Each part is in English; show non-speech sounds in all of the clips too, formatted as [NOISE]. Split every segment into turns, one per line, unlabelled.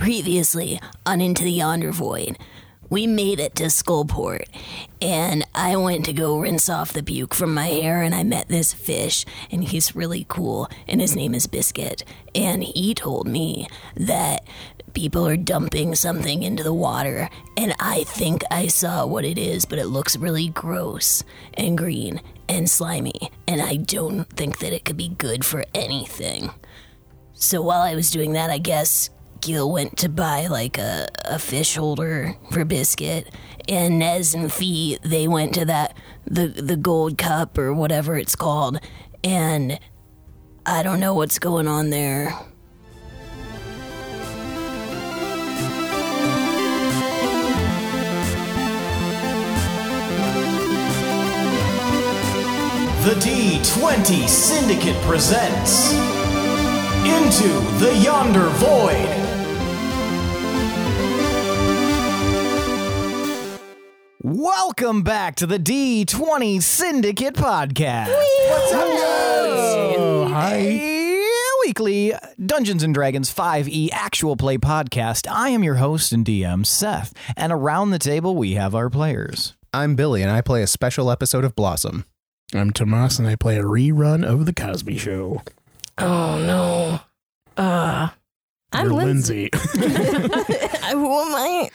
Previously on Into the Yonder Void, we made it to Skullport, and I went to go rinse off the puke from my hair, and I met this fish, and he's really cool, and his name is Biscuit. And he told me that people are dumping something into the water, and I think I saw what it is, but it looks really gross and green and slimy, and I don't think that it could be good for anything. So while I was doing that, I guess Gil went to buy like a, a fish holder for Biscuit, and Nez and Fee they went to that the the gold cup or whatever it's called, and I don't know what's going on there.
The D20 Syndicate presents Into the Yonder Void. Welcome back to the D20 Syndicate podcast. What's up, A weekly Dungeons and Dragons 5e actual play podcast. I am your host and DM, Seth, and around the table we have our players. [LAUGHS]
I'm Billy, and I play a special episode of Blossom.
I'm Tomas, and I play a rerun of The Cosby Show.
Oh no. Uh I'm
You're
Lindsay.
Lindsay. [LAUGHS]
I won't mind.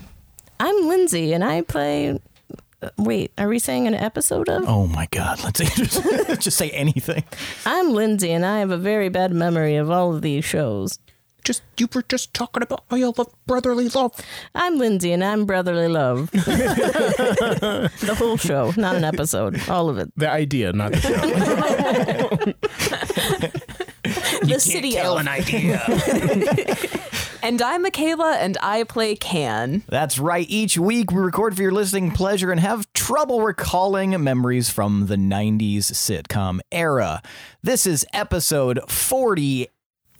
[LAUGHS] I'm Lindsay and I play uh, Wait, are we saying an episode of?
Oh my God! Let's just, just say anything.
I'm Lindsay and I have a very bad memory of all of these shows.
just you were just talking about all your brotherly love.
I'm Lindsay and I'm brotherly love. [LAUGHS] the whole show, not an episode, all of it.
The idea, not the
[LAUGHS]
show.
the city elf.
an idea.
And I'm Michaela, and I play Can.
That's right. Each week we record for your listening pleasure and have trouble recalling memories from the 90s sitcom era. This is episode 48.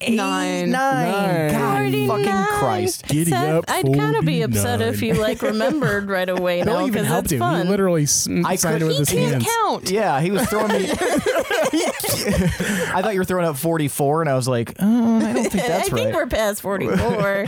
Nine.
Nine. God fucking Christ.
Giddy
Seth,
up,
I'd kind of be
49.
upset if you like remembered right away
That
now
even
because
helped
that's
him.
fun.
He literally s-
I
signed
could-
it with his
Can't
hands.
count.
Yeah, he was throwing me. I thought you were throwing up 44, and I was like, oh, I don't think that's
I think
right.
we're
[LAUGHS]
past 44.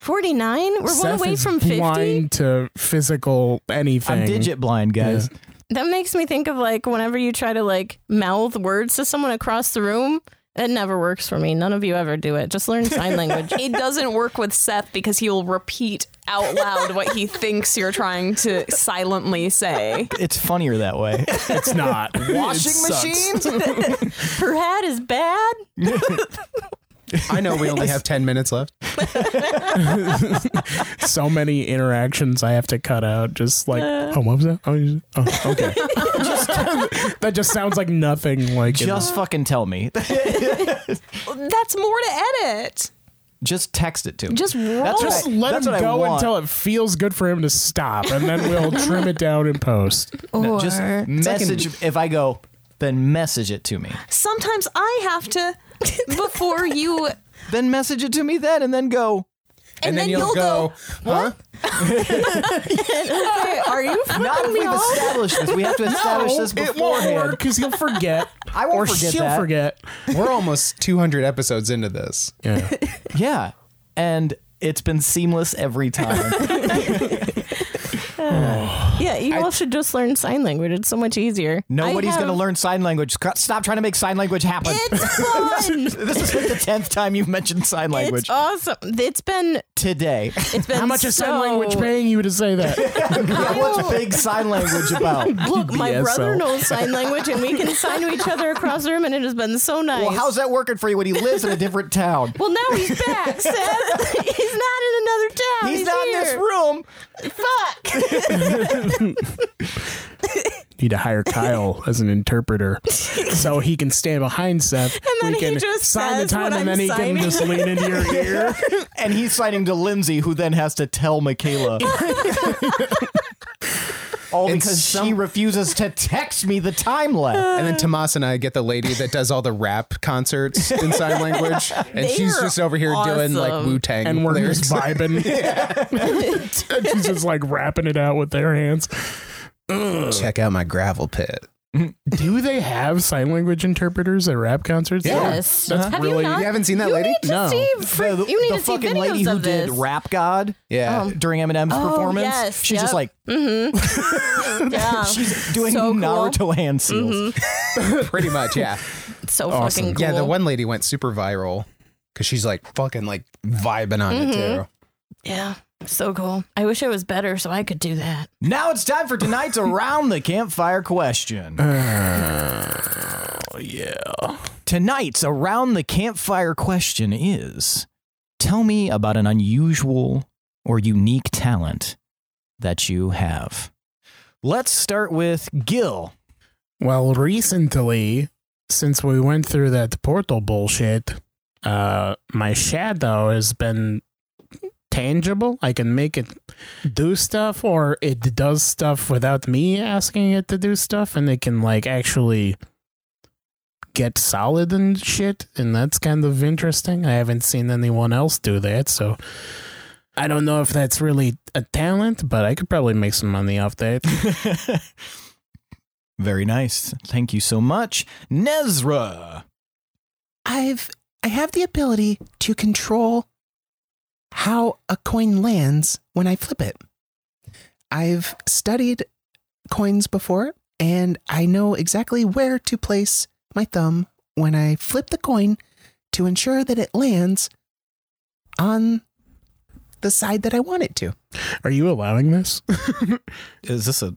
49? We're one
Seth
away
is
from 50?
blind to physical anything.
I'm digit blind, guys.
That makes me think of like whenever you try to like mouth words to someone across the room. It never works for me. None of you ever do it. Just
[LAUGHS]
learn sign language.
It doesn't work with Seth because he'll repeat out loud what he thinks you're trying to silently say.
It's funnier that way.
It's not. Washing
Her hat is bad.
I know we
[LAUGHS]
only have 10 minutes left.
So many interactions I have to cut out. Just like,
Uh.
oh, what was that? Oh, you- oh, okay. [LAUGHS] Just- that just sounds like nothing. Like it-
Just fucking tell me.
That's more to edit.
Just text it to me.
Just roll.
That's
Just
what I-
let
that's
him
what I
go
want.
until it feels good for him to stop, and then we'll
[LAUGHS]
trim it down in post.
No, just message if I go, then message it to me.
Sometimes I have to before you. And,
Then message it to me then and then go.
then, you'll, go.
huh?
"Okay, are you?
Not if we've established this. We have
[LAUGHS]
to establish this
it won't work
beforehand.
because he'll
[LAUGHS]
forget.
I won't
or
forget
she'll
that.
forget.
We're almost 200 episodes into this.
[LAUGHS]
Yeah.
Yeah. And it's been seamless every
[LAUGHS]
time.
Yeah, you all should just learn sign language. It's so much easier.
Nobody's
I have-
going to learn sign language. C- Stop trying to make sign language happen. [LAUGHS]
[LAUGHS]
It's fun.
this is like the 10th time you've mentioned sign language
it's awesome. It's been.
[LAUGHS]
today. [LAUGHS]
It's been
How much is
so-
sign language paying you to say that?
yeah, what's big sign language
[LAUGHS]
about?
[LAUGHS] Look, my
BSO.
brother knows
[LAUGHS]
sign language, and we can sign to each other across the room, and it has been so nice.
Well, how's that working for you when he lives in a different
[LAUGHS]
town?
Well, now he's back, Seth. he's not in another town.
He's not in this
here.
room.
Fuck.
Need to hire Kyle as an
[LAUGHS]
interpreter so he can stand behind Seth.
then
we
he
can
just
sign the
says
time,
what
and
I'm
then he
signing.
can just lean into
[LAUGHS]
your ear.
[LAUGHS] And he's signing to Lindsay, who then has to tell
[LAUGHS]
Michaela. All
And
because she
some-
refuses to text me the time
Uh,
left.
And then Tomas and I get the lady that does all the rap concerts
[LAUGHS]
in sign language. And she's
They're
just over here doing like
awesome.
Wu Tang
and we're
lyrics.
just vibing. [LAUGHS] and she's just like wrapping it out with their hands.
Check out my gravel pit.
Do they have sign language interpreters at rap concerts?
Yes.
That's
Have
really-
you not?
You haven't seen that lady?
Need to see fr-
the,
you need
the
to see
fucking
videos
lady who
of this. Oh,
did Rap God
Yeah.
Um,
during Eminem's performance.
yes,
she's just
yep.
like [LAUGHS]
yeah. [LAUGHS]
she's doing
So cool. Mm-hmm.
Naruto hand seals.
Pretty much, yeah.
so fucking cool.
Yeah, the one lady went super viral because she's like fucking like vibing on
Mm-hmm.
it too.
Yeah. So cool. I wish it was better so I could do that.
Now it's time for [LAUGHS] tonight's around the campfire question. Uh, yeah. Tonight's around the campfire question is: Tell me about an unusual or unique talent that you have. Let's start with Gil. [LAUGHS]
Well, recently, since we went through that portal bullshit, uh, my shadow has been tangible. I can make it do stuff, or it does stuff without me asking it to do stuff, and it can like actually get solid and shit. And that's kind of interesting. I haven't seen anyone else do that, so. I don't know if that's really a talent, but I could probably make some money off that.
Very nice. Thank you so much, Nezra.
I've I have the ability to control how a coin lands when I flip it. I've studied coins before and I know exactly where to place my thumb when I flip the coin to ensure that it lands on the side that I want it to.
[LAUGHS] Are you allowing this?
Is this a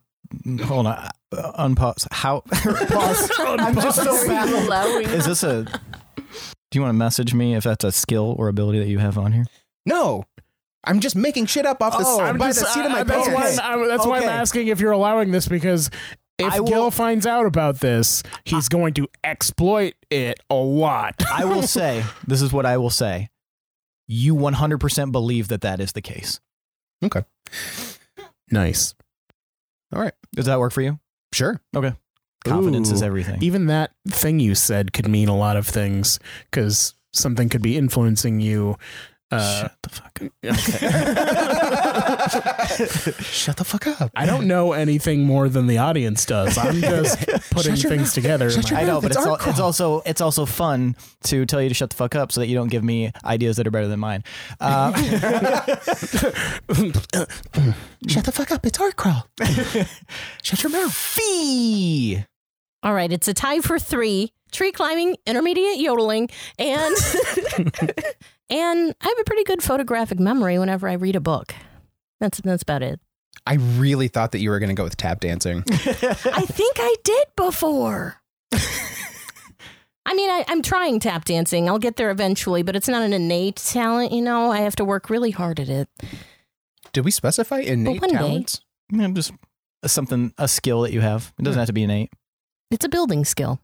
hold on? Uh, unpause. How? [LAUGHS] pause. I'm just so baffled. Is this a? Do you want to message me if that's a skill or ability that you have on here?
No. I'm just making shit up off the
Oh,
side by the seat of my
uh, that's
pants.
why I'm, I- that's why I'm
Okay.
asking if you're allowing this because if
I will-
Gil finds out about this,
Uh.
he's going to exploit it a lot.
I
[LAUGHS]
will say this is what I will say. You 100% believe that that is the case.
Nice.
All right.
Does that work for you?
Sure. E-
Confidence is
Ooh.
everything.
Even that thing you said could mean a lot of things because something could be influencing you. Uh,
Shut the fuck
Shut the fuck up.
I don't know anything more than the audience does. I'm just putting
Shut your
things
mouth.
together. in
Shut
my-
your
I know, but
It's
it's, al-
art
it's
crawl.
also it's also fun to tell you to shut the fuck up so that you don't give me ideas that are better than mine.
[LAUGHS]
Uh,
Shut the fuck up. It's art crawl. Shut your mouth.
fee.
[LAUGHS] All right, it's a tie for three: tree climbing, intermediate yodeling, and [LAUGHS] and I have a pretty good photographic memory whenever I read a book. That's that's about it.
I really thought that you were going to go with tap [LAUGHS] dancing.
I think I did before. I mean, I, I'm trying tap dancing. I'll get there eventually, but it's not an innate talent, you know. I have to work really hard at it.
Did we specify innate
one day.
talents?
You know, just something a skill that you have. It doesn't have to be innate.
It's a building skill.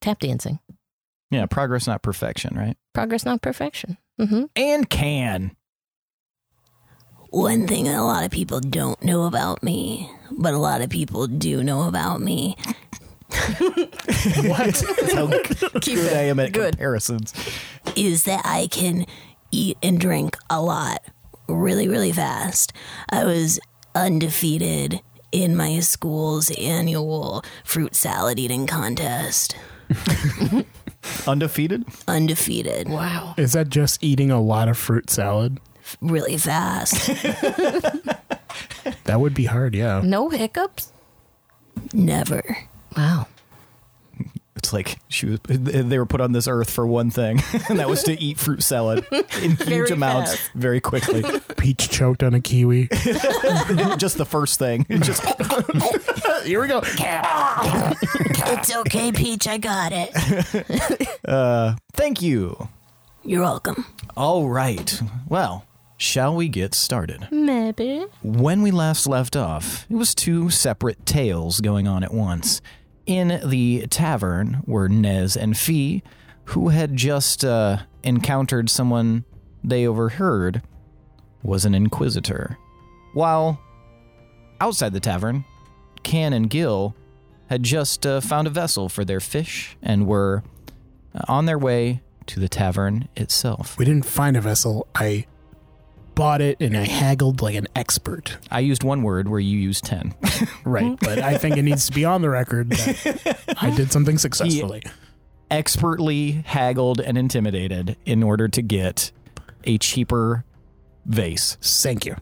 Tap dancing.
Yeah, progress not perfection, right?
Progress, not perfection. hmm
And can.
One thing that a lot of people don't know about me, but a lot of people do know about me.
What?
[LAUGHS] Keep
good I am at
Good.
comparisons.
is that I can eat and drink a lot really, really fast. I was undefeated in my school's annual fruit salad eating contest.
Undefeated?
Undefeated.
Wow.
Is that just eating a lot of fruit salad?
Really
[LAUGHS]
fast.
That would be hard, yeah.
No hiccups.
Never.
Wow.
It's like she was, they were put on this earth for one thing, [LAUGHS] and that was to eat fruit
[LAUGHS]
salad in huge amounts very quickly.
Peach choked on
[LAUGHS]
a kiwi.
Just the first thing. Just
Here we go.
It's okay, Peach. I got it.
thank you.
You're welcome.
All right. Well, shall we get started?
Maybe.
When we last left off, it was two separate tales going on at once. In the tavern were Nez and Fee, who had just uh, encountered someone they overheard was an inquisitor. While outside the tavern, Can and Gil had just uh, found a vessel for their fish and were on their way to the tavern itself.
We didn't find a vessel. I bought it and I haggled like an expert.
I used one word where you used 10.
Right.
Mm-hmm.
But I think it needs to be on the record that
[LAUGHS]
I did something successfully.
Expertly haggled and intimidated in order to get a cheaper vase.
Thank you.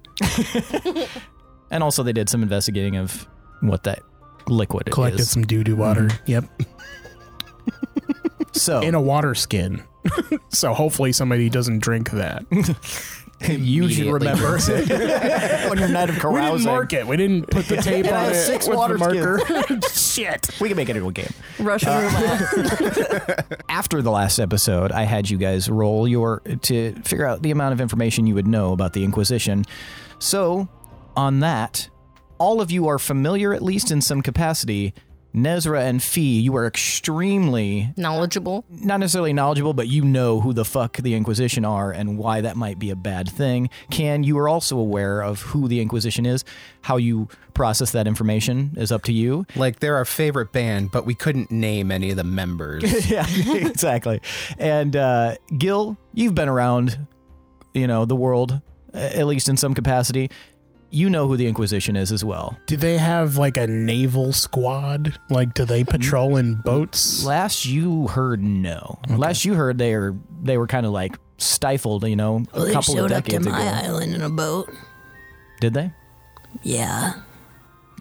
And also, they did some investigating of what that liquid it
Collected
is.
some doo doo water. [LAUGHS] Yep.
So
In a water skin. [LAUGHS] so hopefully somebody doesn't
[LAUGHS]
drink that.
[LAUGHS] you should
Immediately
remember
drinks
[LAUGHS]
on your night of
We didn't
carousing.
mark it. We didn't
[LAUGHS]
put the tape
And I
on
have
it
six
with
water
the marker.
[LAUGHS] Shit. We can make it into a game.
Russian
Uh,
roulette.
after the last episode, I had you guys roll your to figure out the amount of information you would know about the Inquisition. So, on that, all of you are familiar, at least in some capacity. Nezra and Fee, you are extremely
[LAUGHS] Knowledgeable.
not necessarily knowledgeable, but you know who the fuck the Inquisition are and why that might be a bad thing. Can you are also aware of who the Inquisition is? How you process that information is up to you.
Like they're our favorite band, but we couldn't name any of the members.
[LAUGHS]
[LAUGHS] yeah, exactly. And uh, Gil, you've been around, you know, the world a- at least in some capacity. You know who the Inquisition is as well.
Do they have like a naval squad? Like, do they patrol in boats?
Last you heard, no. Last you heard, they are they were kind of like stifled, you know, a
Well, they
couple of
showed up to
decades
my
ago.
island in a boat.
Did they?
Yeah.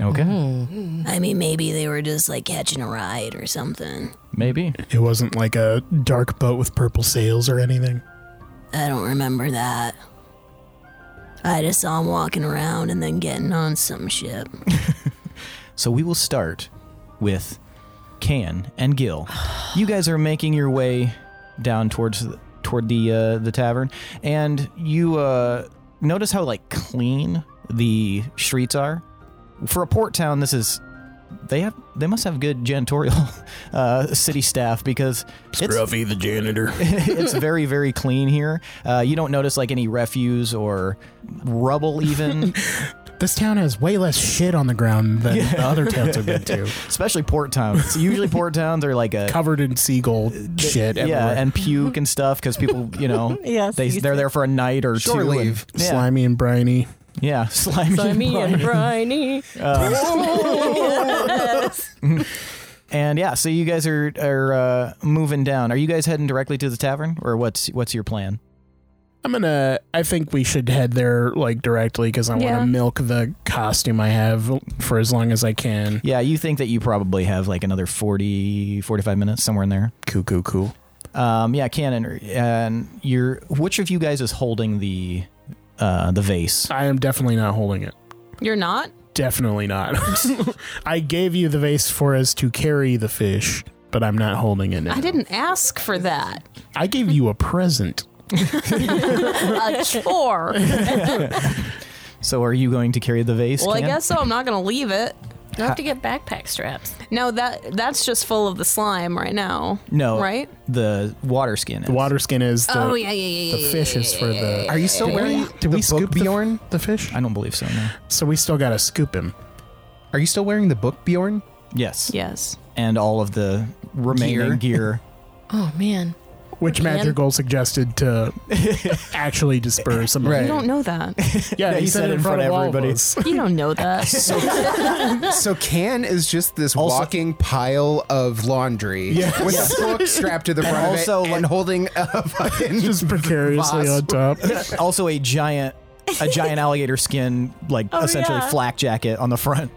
Okay,
Mm-hmm. I mean, maybe they were just like catching a ride or something.
maybe.
It wasn't like a dark boat with purple sails or anything.
I don't remember that. I just saw him walking around and then getting on some ship.
So we will start with Can and Gil. You guys are making your way down towards toward the uh, the tavern, and you uh, notice how like clean the streets are. For a port town, this is they have they must have good janitorial [LAUGHS] uh, city staff because it's
the janitor.
[LAUGHS] it's very very clean here. Uh, you don't notice like any refuse or rubble even.
This town has way less shit on the ground than the other towns I've been to.
Especially port towns. Usually port towns are like a
Covered in seagull shit.
yeah,
everywhere.
and puke and stuff because
[LAUGHS]
people, you know,
Yes,
they
you
they're
see.
there for a night or
Shore
two. and-
leave.
yeah,
slimy and briny.
yeah, [LAUGHS] slimy, Uh,
Slimy
[LAUGHS]
and
briny. Oh.
briny. [LAUGHS]
And yeah, so you guys are are uh, moving down. Are you guys heading directly to the tavern, or what's what's your plan?
I'm gonna. I think we should head there like directly because I want
Yeah.
to milk the costume I have for as long as I can.
Yeah, you think that you probably have like another 40, 45 minutes somewhere in there.
Cool, cool, cool.
Um, yeah, Cannon, and you're which of you guys is holding the uh, the vase?
I am definitely not holding it.
You're not?
Definitely not. [LAUGHS] I gave you the vase for us to carry the fish, but I'm not holding it. Now.
I didn't ask for that.
I gave you a present.
A chore.
So are you going to carry the vase?
Well, I
Can?
guess so. I'm not going to leave it.
You have to get backpack straps.
No, that that's just full of the slime right now.
no.
Right?
The water skin.
The
is.
water skin is the.
oh yeah, yeah, yeah,
The
yeah.
fish is for the.
Are you still wearing
Did
the
we scoop
book
the-
Bjorn?
the fish?
I don't believe so. No.
So we still gotta scoop him.
Are you still wearing the book Bjorn?
Yes.
Yes.
and all of the remaining gear.
Gear.
Oh man.
Which
Again?
magic goal suggested to actually disperse him?
Right.
You don't know that.
Yeah,
he said it in front of
all
everybody.
us.
You don't
[LAUGHS]
know that.
[LAUGHS] So Can is just this
Also-
walking pile of laundry
Yeah.
with a book strapped to the front
also,
of it
like-
and holding a
[LAUGHS]
fucking
Just precariously
vase.
on top.
[LAUGHS] also a giant a giant alligator skin like
Oh,
essentially
yeah.
flak jacket on the front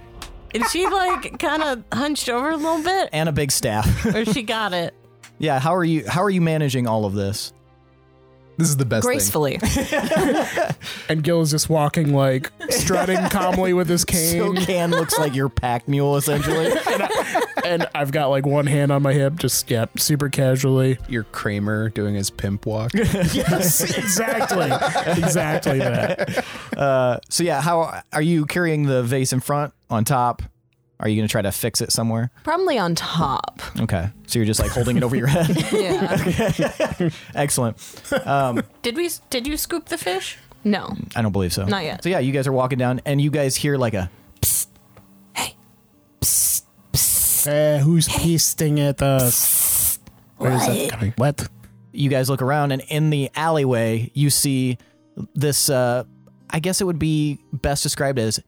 Is she like kind of hunched over a little bit,
and a big staff.
or she got it?
[LAUGHS] yeah, how are you how are you managing all of this?
[LAUGHS] This is the best
Gracefully.
And Gil is just walking like strutting calmly with his
So
cane.
Can looks like your pack mule
[LAUGHS]
essentially.
and I've got like one hand on my hip, just yeah, super casually.
thing. Your Kramer doing his pimp [LAUGHS] walk.
Yes, [LAUGHS] exactly, exactly that.
uh, so yeah, how are you carrying the vase in front on top? Are you going to try to fix it somewhere?
[LAUGHS] Probably on top.
Okay. So you're just like holding it over your
[LAUGHS]
head.
[LAUGHS] Yeah.
Excellent.
Did we? Did you scoop the fish?
No.
I don't believe so.
Not yet.
So yeah, you guys are walking down and you guys hear like a
Uh, who's feasting at us? Where is that coming? What?
you guys look around and in the alleyway you see this uh I guess it would be best described as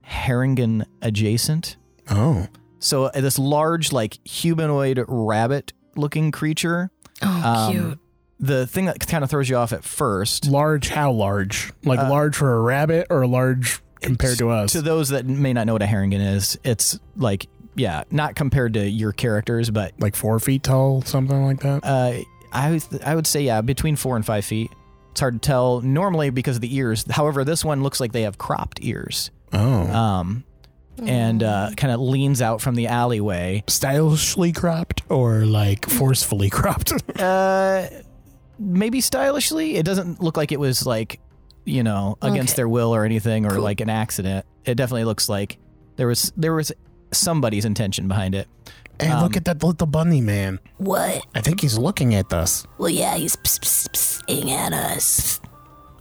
Harrington adjacent.
Oh.
So uh, this large like humanoid rabbit looking creature.
Oh,
Um,
cute.
The thing that kind of throws you off at first
Large, how large? Like
Uh,
large for a rabbit or large compared to us?
to those that may not know what a Harrington is, it's like yeah, not compared to your characters, but
like four feet tall, something like that?
uh, I would- I would say yeah, between four and five feet. It's hard to tell normally because of the ears. However, this one looks like they have cropped ears,
Oh.
um, and
Mm.
uh, kind of leans out from the alleyway.
Stylishly cropped or like forcefully [LAUGHS] cropped?
Uh, maybe stylishly. It doesn't look like it was like you know against
Okay.
their will or anything or
Cool.
like an accident. It definitely looks like there was there was somebody's intention behind it.
hey,
Um,
look at that little bunny man.
What?
I think he's looking at us.
Well, yeah, he's ps- ps- psing at us.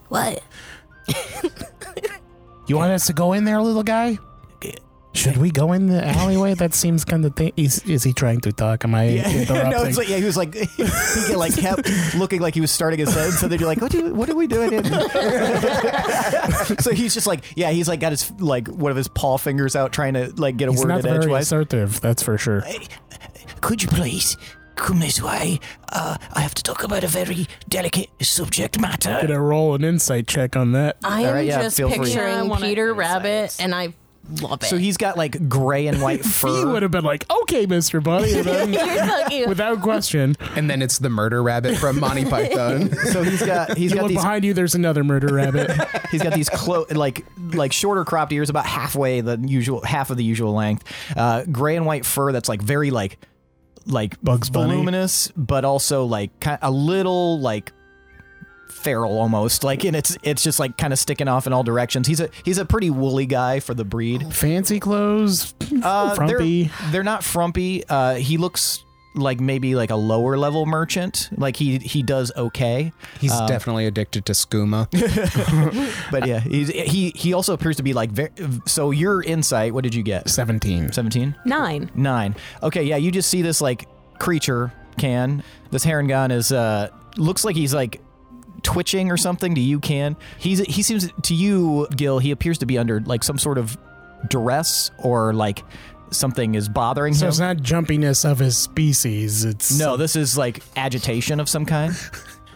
What?
You want us to go in there, little guy? Should we go in [LAUGHS] the alleyway? That seems kind of thing. Is, is he trying to talk? Am [LAUGHS] I
[LAUGHS]
interrupting?
no, it's like yeah, he was like [LAUGHS] he like kept looking like he was starting his head. So they'd be like, "What do what are we doing?" In here?" [LAUGHS] so he's just like, yeah, he's like got his like one of his paw fingers out trying to like get a
he's
word
not
in
very
edgewise.
assertive, that's for sure.
Could you please come this way? Uh, I have to talk about a very delicate subject matter.
Gonna roll an insight check on that.
I
all
am
right, yeah,
just
feel free.
Yeah, I
picturing
wanna
Peter
insight.
Rabbit, and I love it.
So he's got like gray and white
[LAUGHS] He
fur.
would have been like, "Okay, Mister Bunny," and [LAUGHS] then,
Fuck you.
without question.
And then it's the murder rabbit from [LAUGHS] Monty Python.
so he's got he's
You
got
look
these
behind you. There's another murder rabbit.
He's got these clo- like like shorter cropped ears, about halfway the usual half of the usual length. Uh, gray and white fur that's like very like like
Bugs Bunny.
voluminous, but also like ki a little like feral almost. Like and it's it's just like kind of sticking off in all directions. He's a he's a pretty woolly guy for the breed.
[LAUGHS] Fancy clothes.
Uh,
frumpy.
They're, they're not frumpy. Uh, he looks like maybe like a lower level merchant. Like he he does okay.
He's definitely addicted to [LAUGHS] skooma.
But yeah, he's, he he also appears to be like very. So your insight, what did you get?
Seventeen.
17?
Nine.
Nine. Okay, yeah, you just see this like creature can. This Harangon is uh looks like he's like twitching or something to you can. He's he seems to you, Gil, he appears to be under like some sort of duress or like something is bothering
So
him.
it's not jumpiness of his species. It's
no, this is like agitation of some kind.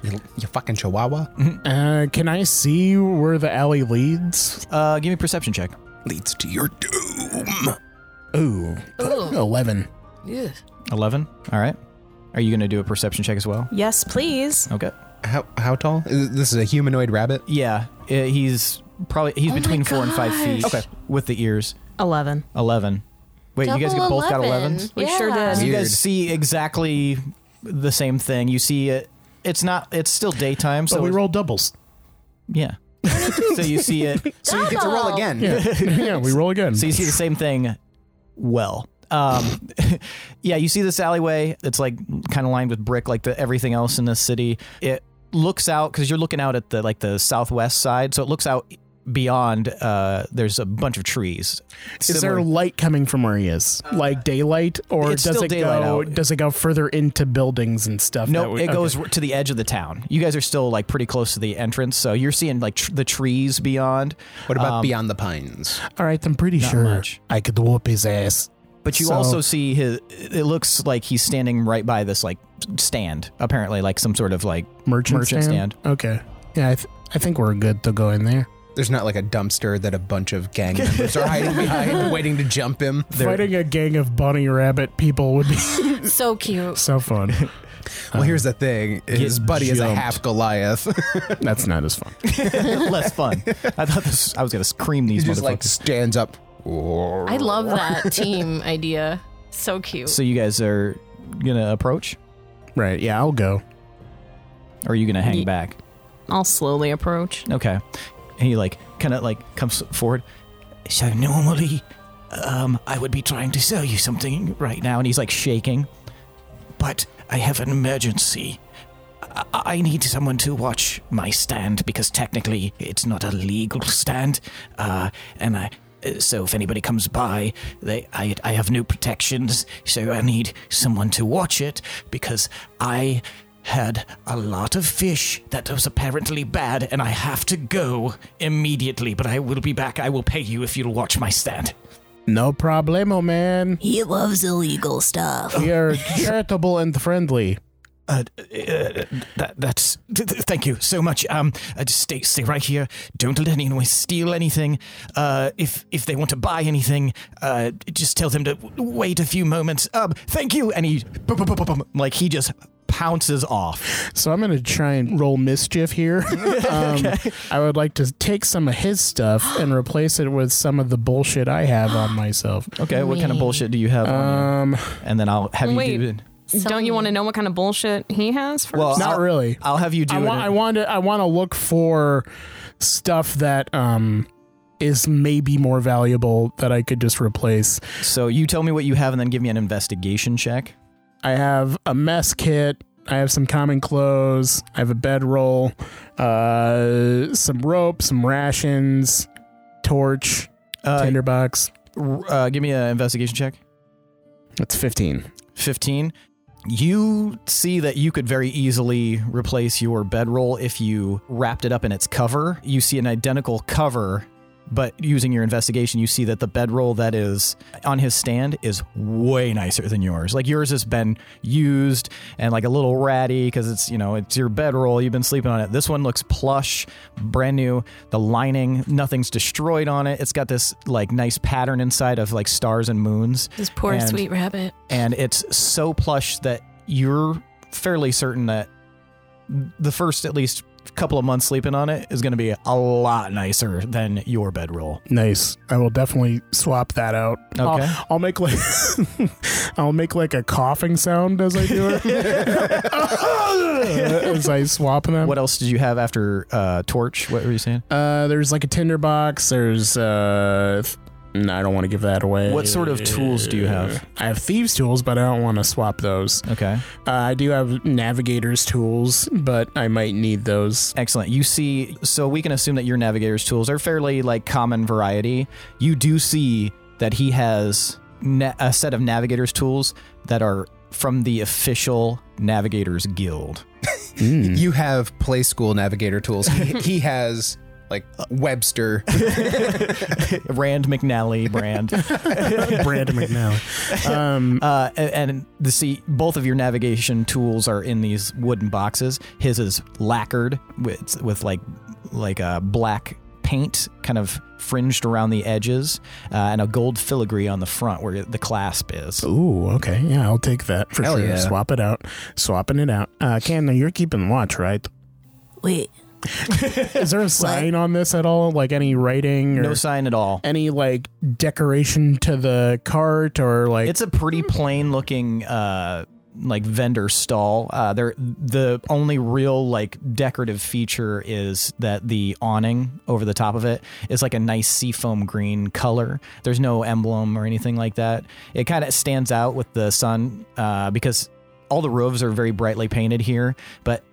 You, you fucking chihuahua.
Uh, can I see where the alley leads?
Uh give me a perception check.
Leads to your doom.
Ooh, eleven.
11. All right. Are you going to do a perception check as well?
Yes, please.
Okay.
How, how tall? Is- This is a humanoid rabbit.
Yeah, uh, he's probably he's
my
between 4 and 5 feet.
Okay.
With the ears.
Eleven.
11. Wait, you guys
Double
both got
11.
11s?
We sure
Yeah.
So
did.
you
Weird.
guys see exactly the same thing. You see it. It's not. It's still daytime. So
So we
it's-
roll doubles.
Yeah. [LAUGHS] so you see it.
So you get to roll again.
[LAUGHS]
yeah, we roll again.
So you see the same thing. Well. Um, [LAUGHS] yeah, you see this alleyway. It's like kind of lined with brick, like the everything else in this city. It looks out because you're looking out at the like the southwest side. So it looks out beyond. Uh, there's a bunch of trees.
Is
Similar-
there light coming from where he is, like daylight, or
it's
does
still
it
daylight
go?
out.
Does it go further into buildings and stuff? that
No,
we-
it
okay.
goes r to the edge of the town. You guys are still like pretty close to the entrance, so you're seeing like tr- the trees beyond.
What about Beyond the Pines?
All right, I'm pretty sure
much.
I could whoop his ass.
But you
So-
also see his. It looks like he's standing right by this like stand, apparently like some sort of like. [LAUGHS]
Merchant,
Merchant
Okay. Yeah, I, th- I think we're good to go in there.
There's not like a dumpster that a bunch of [LAUGHS] gang members are hiding [LAUGHS] behind, waiting to jump him.
Fighting a gang of bunny rabbit people would be [LAUGHS]
So cute.
so fun.
[LAUGHS]
Well, here's the thing: his buddy is a
jumped.
half Goliath. [LAUGHS]
That's not as fun.
less fun. I thought this. I was gonna scream
he
these
just
motherfuckers.
like stands up.
I love that [LAUGHS] team idea. So cute.
so you guys are gonna approach,
Right? Yeah, I'll go.
or are you gonna hang
Ye-
back?
I'll slowly approach.
Okay. And he like kind of like comes forward. So normally, um, I would be trying to sell you something right now, and he's like shaking. But I have an emergency. I, I need someone to watch my stand because technically it's not a legal stand, uh, and I. uh, So if anybody comes by, they I, I have no protections. So I need someone to watch it because I had a lot of fish that was apparently bad, and I have to go immediately, but I will be back. I will pay you if you'll watch my stand.
No problemo, man.
He loves illegal stuff.
We [LAUGHS] are charitable and friendly.
Uh, uh, that, that's. [LAUGHS] th- th- thank you so much. Um, uh, just stay, stay right here. Don't let anyone steal anything. Uh, if if they want to buy anything, uh, just tell them to w- wait a few moments. Um, thank you. And he, bum, bum, bum, bum, bum, like he just pounces off.
So I'm gonna try and roll mischief [LAUGHS] here. um, I would like to take some of his [GASPS] stuff and replace it with some of the bullshit I have on [GASPS] myself.
Okay, what kind of bullshit do you have?
Um,
and then I'll have
you
you
Wait.
do
do it. Don't you want to know what kind of bullshit he has? First?
Well,
not
I'll-
really.
I'll have you do
Uh, I want, I want to. I want to look for stuff that um is maybe more valuable that I could just replace.
So you tell me what you have and then give me an investigation check.
I have a mess kit. I have some common clothes. I have a bedroll, uh, some rope, some rations, torch,
Uh,
tinderbox.
r- uh, give me an investigation check.
That's fifteen.
15. You see that you could very easily replace your bedroll if you wrapped it up in its cover. You see an identical cover, but using your investigation, you see that the bedroll that is on his stand is way nicer than yours. Like yours has been used and like a little ratty because it's, you know, it's your bedroll. You've been sleeping on it. This one looks plush, brand new. The lining, nothing's destroyed on it. It's got this like nice pattern inside of like stars and moons
This poor
And-
sweet rabbit.
and it's so plush that you're fairly certain that the first at least couple of months sleeping on it is going to be a lot nicer than your bedroll.
Nice. I will definitely swap that out.
Okay.
I'll, I'll make like [LAUGHS] I'll make like a coughing sound as I do it. [LAUGHS] as I swap them.
What else did you have after uh, torch? What were you saying?
Uh, there's like a tinderbox. There's uh, th- no, I don't want to give that away.
What sort of tools do you have?
I have thieves tools, but I don't want to swap those.
Okay.
Uh, I do have navigators tools, but I might need those.
Excellent. You see, so we can assume that your navigator's tools are fairly like common variety. You do see that he has na- a set of navigator's tools that are from the official Navigators Guild.
[LAUGHS]
[LAUGHS]
You have play school navigator tools. He, he has like Webster.
Rand McNally brand.
Brandon McNally. [LAUGHS] Um,
Uh, and, and the see both of your navigation tools are in these wooden boxes. His is lacquered with with like like a black paint kind of fringed around the edges uh, and a gold filigree on the front where the clasp is.
ooh, okay, yeah, I'll take that for
Hell
sure.
yeah.
Swap it out, swapping it out. Uh, Canna, you're keeping watch, right?
Wait,
Is there a sign on this at all? Like any writing or
No sign at all.
any like decoration to the cart or like
It's a pretty plain looking uh like vendor stall. Uh there the only real like decorative feature is that the awning over the top of it is like a nice seafoam green color. There's no emblem or anything like that. It kind of stands out with the sun uh because all the roofs are very brightly painted here, but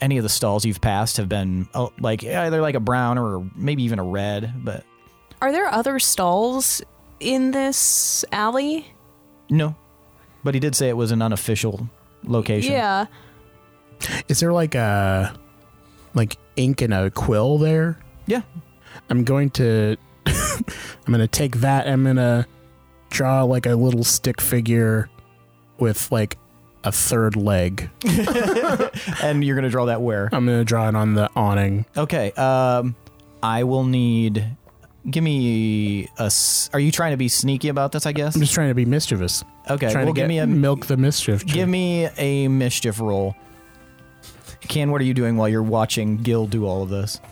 any of the stalls you've passed have been oh, like either like a brown or maybe even a red, but
Are there other stalls in this alley?
no. But he did say it was an unofficial location.
Yeah.
is there like a like ink and a quill there
Yeah.
i'm going to [LAUGHS] i'm gonna take that i'm gonna draw like a little stick figure with like a third leg
and you're gonna draw that where?
i'm gonna draw it on the awning
Okay. Um, I will need. Give me a. s- Are you trying to be sneaky about this? I guess.
i'm just trying to be mischievous
Okay.
trying
Well,
to
give
get
me a.
milk the mischief
Give me a mischief roll. Can, what are you doing while you're watching Gil do all of this
Hmm.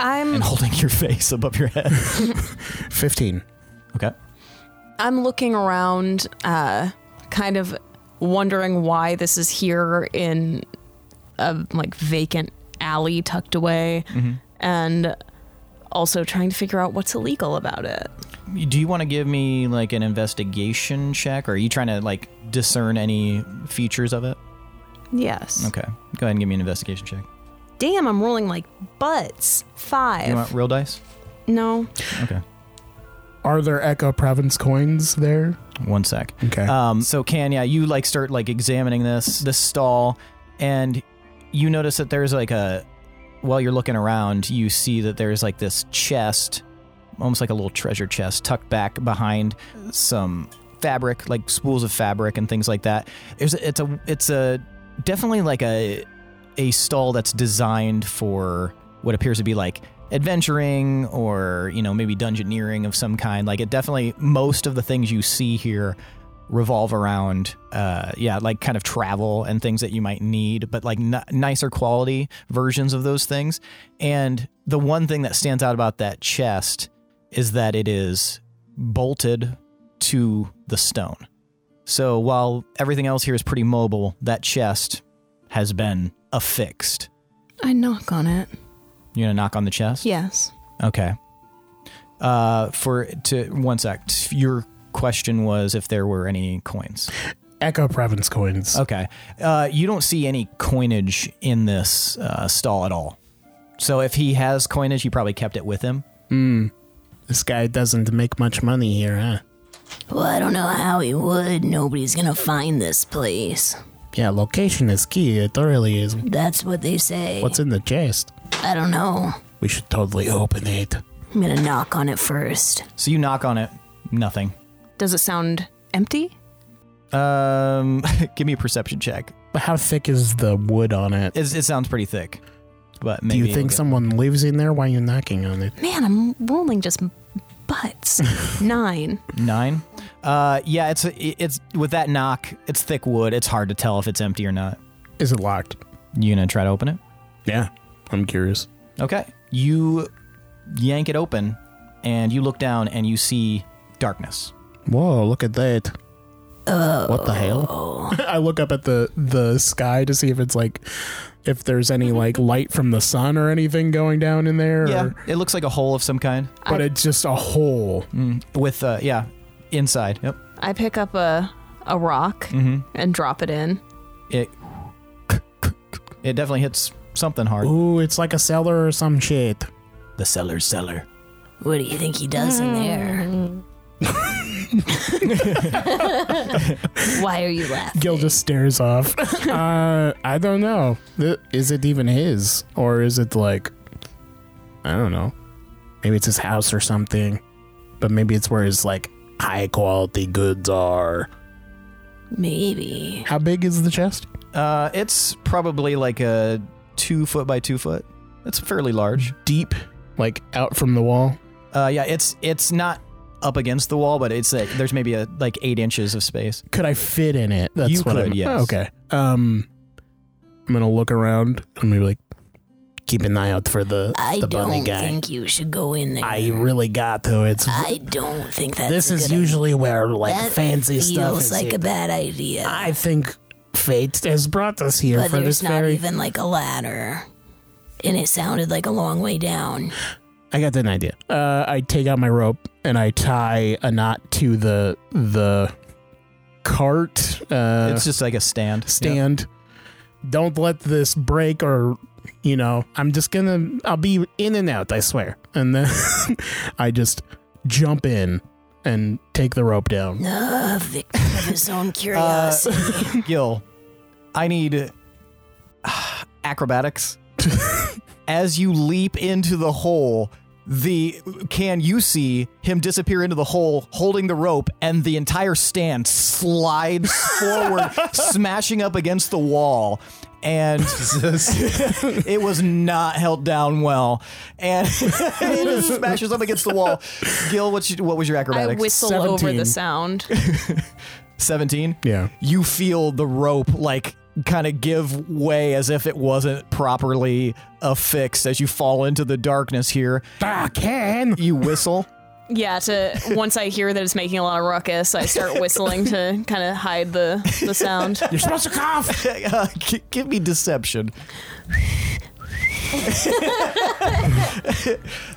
I'm
and holding your [LAUGHS] face above your head?
15
Okay.
I'm looking around, uh, kind of wondering why this is here in a like vacant alley tucked away,
Mm-hmm.
and also trying to figure out what's illegal about it.
Do you want to give me like an investigation check, or are you trying to like discern any features of it?
Yes.
Okay. Go ahead and give me an investigation check.
Damn, I'm rolling like butts. Five.
You want real dice?
no.
Okay.
are there echo province coins there
One sec.
okay
Uh, Um, so can yeah, you like start like examining this this stall. and you notice that there's like a while you're looking around, you see that there's like this chest, almost like a little treasure chest, tucked back behind some fabric, like spools of fabric and things like that. There's it's a it's a definitely like a a stall that's designed for what appears to be like adventuring or you know maybe dungeoneering of some kind. Like it definitely most of the things you see here revolve around uh yeah like kind of travel and things that you might need but like n- nicer quality versions of those things and the one thing that stands out about that chest is that it is bolted to the stone so while everything else here is pretty mobile that chest has been affixed
I knock on it.
you're gonna knock on the chest
Yes.
okay uh for to one sec your question was if there were any coins
Echo Province coins.
Okay. Uh, you don't see any coinage in this uh, stall at all. So if he has coinage, he probably kept it with him.
Hmm. This guy doesn't make much money here, huh?
Well, I don't know how he would. Nobody's gonna find this place.
Yeah, location is key. It really is.
That's what they say.
What's in the chest?
I don't know.
We should totally open it.
I'm gonna knock on it first.
So you knock on it, nothing.
Does it sound empty?
Um, [LAUGHS] give me a perception check.
But how thick is the wood on it?
It's, it sounds pretty thick, but
Do
maybe
you think
it'll
someone lives in there? Why are you knocking on it?
Man, I'm rolling just butts. Nine.
get nine? Uh, yeah. It's it's with that knock. It's thick wood. It's hard to tell if it's empty or not.
Is it locked?
You gonna try to open it?
Yeah, I'm curious.
Okay. You yank it open, and you look down, and you see darkness.
Whoa, look at that. What the
Oh.
hell? [LAUGHS] I look up at the the sky to see if it's like if there's any like light from the sun or anything going down in there.
Yeah,
or-
it looks like a hole of some kind.
but it's just a hole.
With uh, yeah, inside. Yep. Mm-hmm.
I pick up a a rock and drop it in.
It it definitely hits something hard.
Ooh, it's like a cellar or some shit.
The seller's cellar.
What do you think he does in there? Why are you laughing?
Gil just
[LAUGHS]
stares off. uh, I don't know. Th- Is it even his, or is it like, I don't know. Maybe it's his house or something, but maybe it's where his like high quality goods are.
Maybe.
How big is the chest?
Uh, it's probably like a two foot by two foot. It's fairly large.
Deep, like out from the wall.
Uh, yeah, it's it's not up against the wall, but it's a, there's maybe a like eight inches of space.
Could I fit in it? That's
You
what
could,
I'm. Oh,
yes.
okay. Um, I'm gonna look around. I'm gonna be like, keep an eye out for the
I
the bunny
don't
guy.
think you should go in there.
I really got to. It's
I don't think that's
this
a
is
good
usually where like
That
fancy stuff
feels
is
like a
hidden.
bad idea.
I think fate has brought us here
but
for
there's
this
not
very.
even like a ladder. And it sounded like a long way down.
I got an idea. Uh, I take out my rope and I tie a knot to the the cart uh,
it's just like a stand. Yep.
stand. Don't let this break, or you know, I'm just gonna. I'll be in and out. I swear. And then [LAUGHS] I just jump in and take the rope down.
Ugh, Ah, victim of his
[LAUGHS]
own
Uh,
curiosity.
Gil, I need [SIGHS] ah, acrobatics. As you leap into the hole, the can you see him disappear into the hole holding the rope and the entire stand slides forward smashing up against the wall and [LAUGHS] it was not held down well and [LAUGHS] it just smashes up against the wall gil what's your, what was your
I
acrobatics
whistle over
17.
the sound.
17
Yeah.
you feel the rope like kind of give way as if it wasn't properly affixed as you fall into the darkness here.
Ah, can
You whistle. [LAUGHS]
Yeah, to once I hear that it's making a lot of ruckus, I start whistling to kind of hide the, the sound.
you're supposed to cough?
Uh, g- give me deception.
[LAUGHS]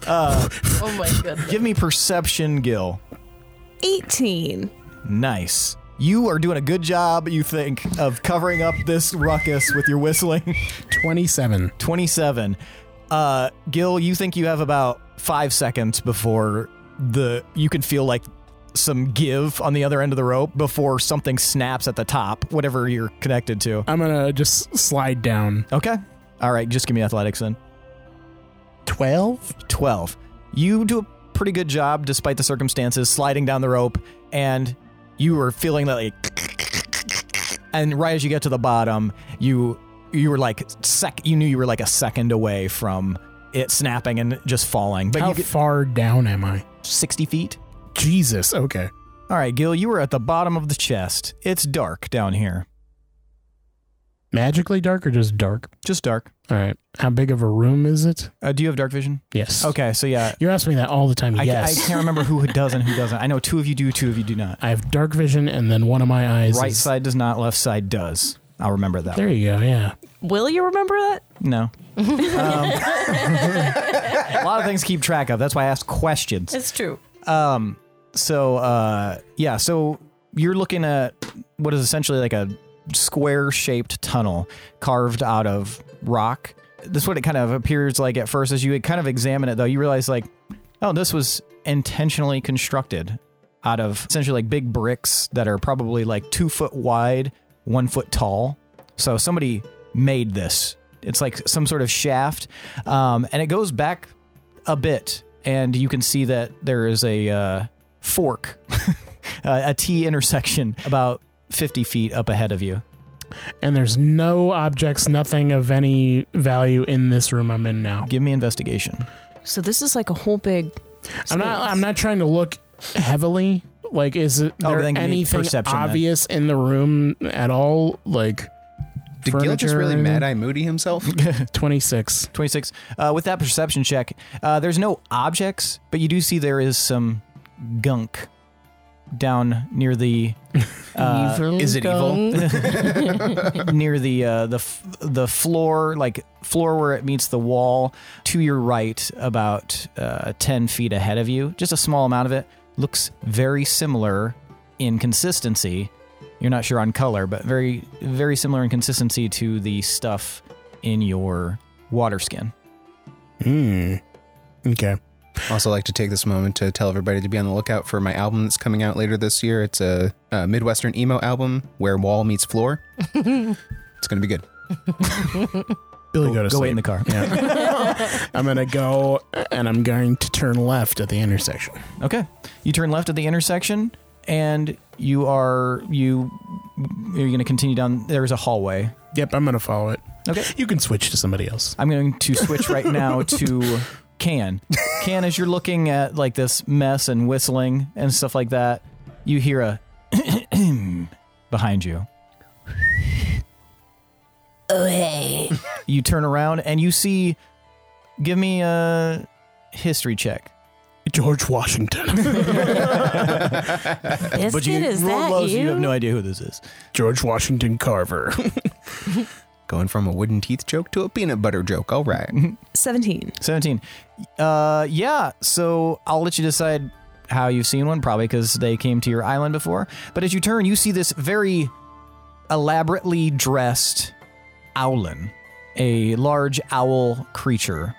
Oh my goodness.
Give me perception, Gil.
18.
Nice. You are doing a good job, you think, of covering up this ruckus with your whistling.
Twenty-seven.
27. Uh, Gil, you think you have about five seconds before the you can feel like some give on the other end of the rope before something snaps at the top, whatever you're connected to.
I'm gonna just slide down.
Okay. All right, just give me athletics then.
12?
12. You do a pretty good job despite the circumstances sliding down the rope and you were feeling that like and right as you get to the bottom, you you were like sec you knew you were like a second away from it snapping and just falling. But
How
you get
far down am I?
60 feet.
Jesus. Okay.
All right, Gil, you were at the bottom of the chest. It's dark down here.
Magically dark or just dark?
Just dark.
All right. How big of a room is it?
Uh, do you have dark vision?
Yes.
Okay, so yeah.
You ask me that all the time.
I,
yes.
I can't remember who does and who doesn't. I know two of you do, two of you do not.
I have dark vision, and then one of my eyes.
Right
is-
side does not, left side does. I'll remember that.
There you go. Yeah.
Will you remember that?
No. Um, [LAUGHS] a lot of things to keep track of. That's why I ask questions.
It's true.
Um, so uh, yeah, so you're looking at what is essentially like a square-shaped tunnel carved out of rock. This is what it kind of appears like at first. As you kind of examine it, though, you realize like, oh, this was intentionally constructed out of essentially like big bricks that are probably like two foot wide, one foot tall. So somebody made this. It's like some sort of shaft, um, and it goes back a bit, and you can see that there is a uh, fork, [LAUGHS] uh, a T intersection about 50 feet up ahead of you.
And there's no objects, nothing of any value in this room I'm in now.
Give me investigation.
So this is like a whole big.
I'm not. I'm not trying to look heavily. Like, is it
Oh,
there
then give me
anything
perception, then.
obvious in the room at all? Like,
Did Gil just
furniture or
really
anything?
mad eye moody himself?
26.
26. Uh, with that perception check, uh, there's no objects, but you do see there is some gunk down near the uh,
is it evil?
[LAUGHS]
near the uh, the f- the floor, like floor where it meets the wall, to your right, about uh, ten feet ahead of you. Just a small amount of it looks very similar in consistency. You're not sure on color, but very very similar in consistency to the stuff in your water skin.
Hmm. Okay.
Also, like to take this moment to tell everybody to be on the lookout for my album that's coming out later this year. It's a, a Midwestern emo album where wall meets floor. it's going to be good.
Billy,
Go,
go to
go wait in
sleep.
the car. [LAUGHS]
Yeah. I'm gonna go, and I'm going to turn left at the intersection.
Okay. You turn left at the intersection and you are you you're going to continue down there's a hallway.
Yep, I'm gonna follow it.
Okay.
You can switch to somebody else.
I'm going to switch right now to Can. Can as you're looking at like this mess and whistling and stuff like that, you hear a [COUGHS] behind you.
Oh, hey.
You turn around and you see give me a history check.
[LAUGHS] George Washington. [LAUGHS]
Biscuit, is
roll
that
low, so
you?
you have no idea who this is.
George Washington Carver.
Going from a wooden teeth joke to a peanut butter joke. All right.
17.
17. Uh, yeah, so I'll let you decide how you've seen one, probably because they came to your island before. But as you turn, you see this very elaborately dressed owlin, a large owl creature,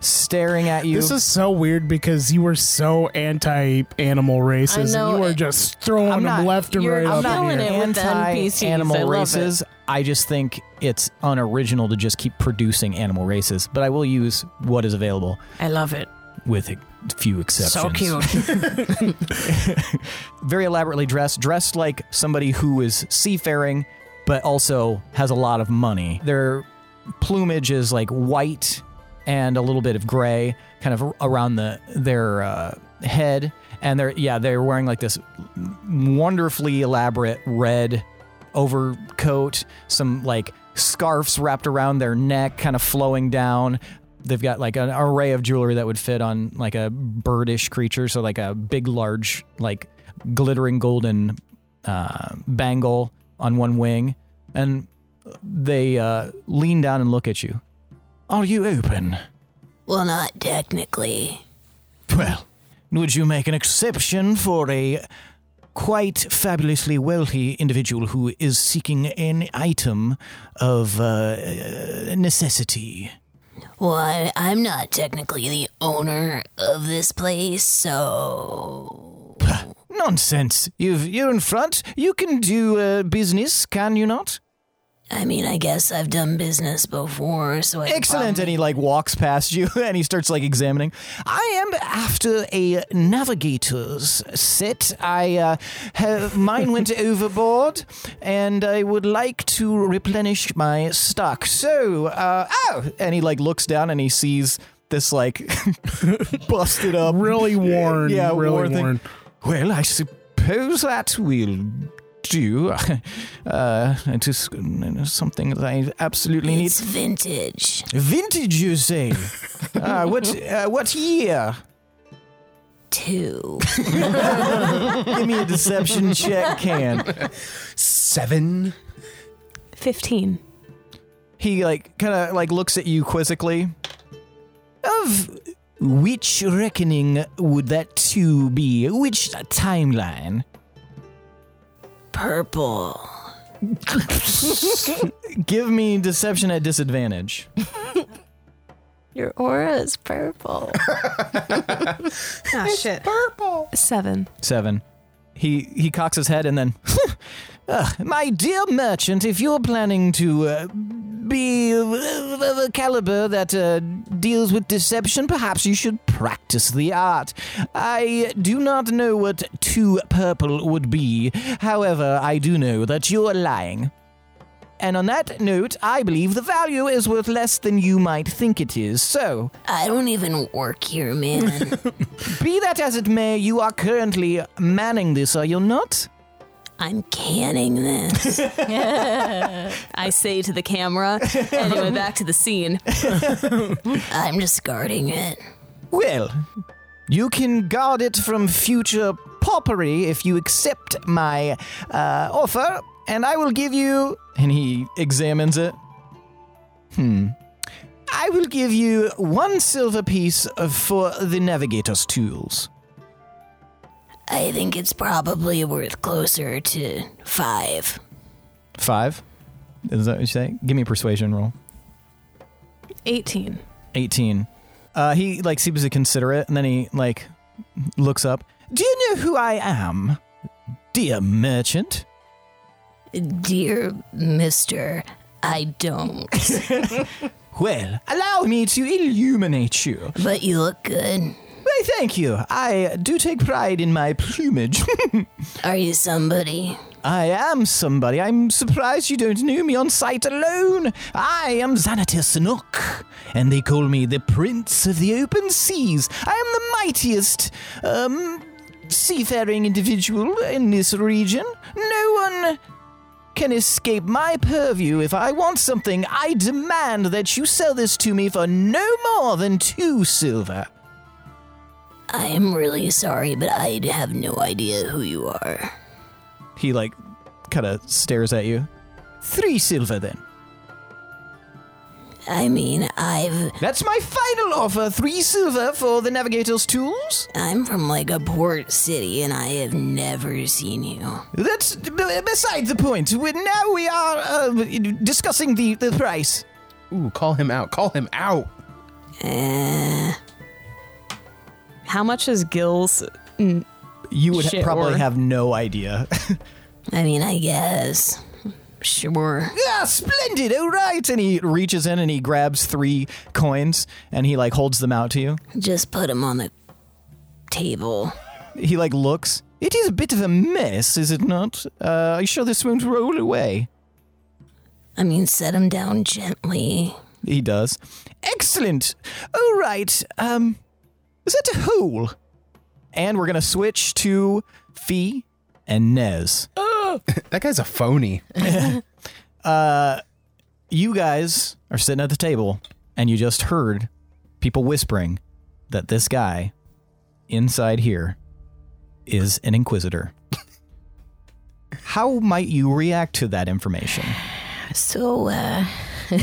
staring at [LAUGHS] you.
This is so weird because you were so anti-animal races,
I know
and you were
it-
just throwing
I'm
them
not-
left and
you're-
right.
I'm
up
not
in
killing
the air.
it with the NPCs. I
anti-animal
love it.
races. I just think it's unoriginal to just keep producing animal races, but I will use what is available
I love it.
with a few exceptions.
So cute.
[LAUGHS] very elaborately dressed, dressed like somebody who is seafaring, but also has a lot of money. Their plumage is like white and a little bit of gray, kind of around the their uh, head, and they're yeah they're wearing like this wonderfully elaborate red overcoat, some like scarves wrapped around their neck, kind of flowing down. They've got like an array of jewelry that would fit on like a birdish creature, so like a big, large, like glittering golden uh, bangle on one wing, and they uh, lean down and look at you. Are you open?
well, not technically.
Well, would you make an exception for a quite fabulously wealthy individual who is seeking an item of uh, necessity?
Well, I, I'm not technically the owner of this place, so.
Nonsense. You've, you're in front. You can do uh, business, can you not?
I mean, I guess I've done business before, so I can
Excellent. And he like walks past you [LAUGHS] and he starts like examining. I am after a navigator's set. I uh, have, mine went [LAUGHS] overboard and I would like to replenish my stock. So, uh, oh, and he like looks down and he sees this like [LAUGHS] busted up.
Really worn.
Yeah,
really
worn
worn.
thing. Well, I suppose that will do. [LAUGHS] Uh, it is something that I absolutely need.
It's vintage.
Vintage, you say? uh, what uh, what year?
Two.
Give me a deception check, can.
Seven.
15.
He like kind of like looks at you quizzically. Of which reckoning would that two be? Which timeline?
Purple.
[LAUGHS] Give me deception at disadvantage.
Your aura is purple.
Oh, shit.
Seven.
Seven. He he cocks his head and then, [LAUGHS] "Ugh, my dear merchant, if you're planning to uh, be of of a caliber that uh, deals with deception, perhaps you should practice the art. I do not know what two purple would be. However, I do know that you're lying. And on that note, I believe the value is worth less than you might think it is. So,
I don't even work here, man.
be that as it may, you are currently manning this, are you not?
I'm canning this.
I say to the camera. Anyway, back to the scene.
[LAUGHS] I'm discarding it.
Well, you can guard it from future paupery if you accept my uh, offer, and I will give you. And he examines it. Hmm. I will give you one silver piece for the navigator's tools.
I think it's probably worth closer to five.
Five? Is that what you say? Give me a persuasion roll.
18.
18. Uh, he like seems to consider it, and then he like looks up. Do you know who I am, dear merchant?
Dear Mister, I don't.
Well, allow me to illuminate you.
but you look good.
Why, thank you. I do take pride in my plumage. [LAUGHS]
Are you somebody?
I am somebody. I'm surprised you don't know me on sight alone. I am Xanatas Nook, and they call me the Prince of the Open Seas. I am the mightiest, um, seafaring individual in this region. No one can escape my purview. If I want something, I demand that you sell this to me for no more than two silver.
I'm really sorry, but I have no idea who you are.
He, like, kind of stares at you. Three silver, then.
I mean, I've.
That's my final offer. Three silver for the navigator's tools.
I'm from like a port city and I have never seen you.
That's b- beside the point. We- Now we are uh, discussing the, the price.
Ooh, call him out. Call him out. [LAUGHS]
Eh.
How much is Gil's? mm,
You would
ha- Shit, probably or-
have no idea. [LAUGHS]
I mean, I guess. Sure.
ah, splendid. All right. And he reaches in and he grabs three coins and he like holds them out to you.
Just put him on the table.
He like looks. It is a bit of a mess, is it not? Uh, are you sure this won't roll away?
I mean, set him down gently.
He does. Excellent. All right. Um, is that a hole? And we're gonna switch to Fee and Nez.
That guy's a phony.
You guys are sitting at the table, and you just heard people whispering that this guy inside here is an inquisitor. How might you react to that information?
So, uh, [LAUGHS]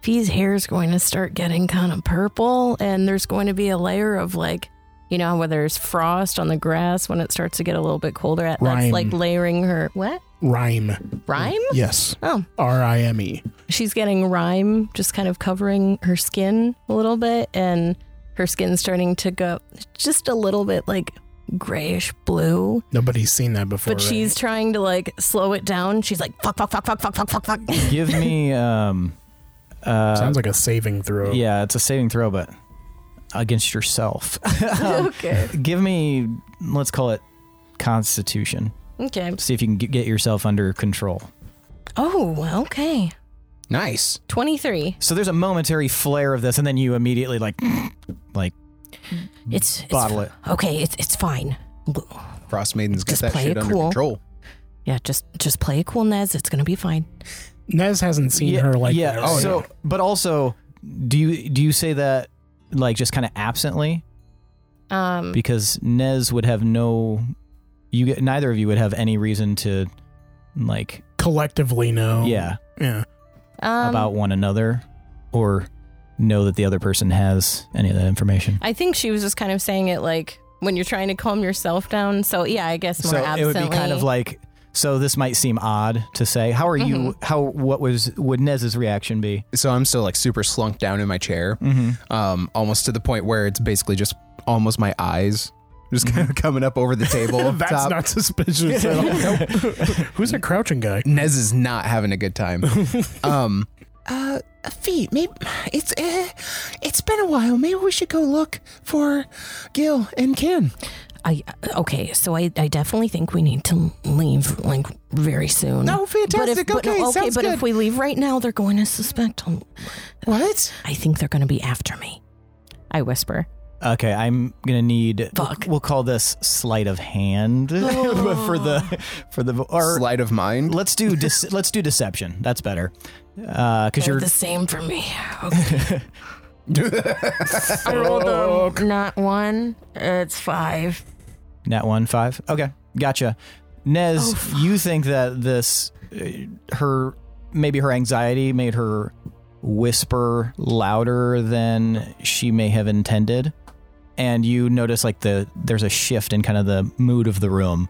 Fee's hair is going to start getting kind of purple, and there's going to be a layer of like, you know, where there's frost on the grass when it starts to get a little bit colder. At, that's
Rhyme.
like layering her. What?
Rhyme.
Rhyme?
Yes.
Oh.
R I M E.
She's getting rhyme, just kind of covering her skin a little bit, and her skin's starting to go just a little bit like grayish blue.
Nobody's seen that before.
But
right?
she's trying to like slow it down. She's like fuck, fuck, fuck, fuck, fuck, fuck, fuck, fuck.
Give me. Um, uh,
sounds like a saving throw.
Yeah, it's a saving throw, but against yourself.
[LAUGHS]
[LAUGHS]
okay.
Give me, let's call it Constitution.
Okay.
See if you can g- get yourself under control.
Oh, okay.
Nice.
23.
So there's a momentary flare of this, and then you immediately like
It's, it's
bottle it.
Okay, it's it's fine.
Frost Maidens get
Just
that
play
shit
it
under
cool.
control.
Yeah, just just play it cool, Nez. It's gonna be fine.
Nez hasn't seen
yeah,
her like uh,
yeah.
that.
Oh, so, but also, do you do you say that like just kind of absently
Um,
because Nez would have no, you get neither of you would have any reason to like
collectively no.
yeah
Yeah.
um,
about one another or know that the other person has any of that information.
I think she was just kind of saying it like when you're trying to calm yourself down. So yeah, I guess more
so
absently.
it would be kind of like so this might seem odd to say. How are you
Mm-hmm.
how what was would Nez's reaction be?
So I'm still like super slunked down in my chair,
Mm-hmm.
um, almost to the point where it's basically just almost my eyes just kind of [LAUGHS] coming up over the table. up
That's
top.
not
[LAUGHS]
suspicious at all. [LAUGHS] Who's that crouching guy?
[LAUGHS] Nez is not having a good time. um,
Uh, feet. Maybe it's eh, it's been a while. Maybe we should go look for Gil and Ken.
I okay, so I, I definitely think we need to leave like very soon.
No,
But if,
fantastic.
but,
okay,
okay,
sounds
but
good.
if we leave right now, they're going to suspect. um,
what?
I think they're going to be after me. I whisper.
Okay, I'm gonna need
Fuck. Oh.
We'll, we'll call this sleight of hand [LAUGHS] for the for the or
sleight of mind.
let's do dece- let's do deception. That's better because
They're
you're
the same for me.
I [LAUGHS]
I rolled a not one. It's five.
Nat one five. Okay, gotcha. Nez,
Oh, fuck.
you think that this, uh, her, maybe her anxiety made her whisper louder than she may have intended, and you notice like the there's a shift in kind of the mood of the room.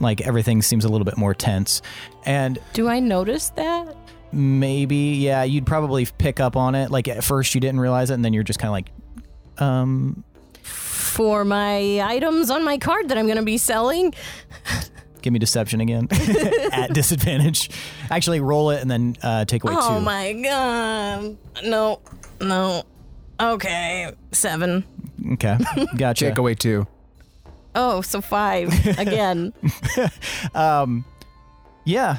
Like everything seems a little bit more tense, and
Do I notice that?
maybe yeah, you'd probably pick up on it. Like at first you didn't realize it, and then you're just kind of like, um,
For my items on my card that I'm going to be selling?
Give me deception again [LAUGHS] at disadvantage. Actually, roll it and then uh, take away
oh
two.
my god. No. No. Okay. Seven.
Okay, gotcha.
Take away two.
Oh, so five
[LAUGHS]
again.
um, yeah,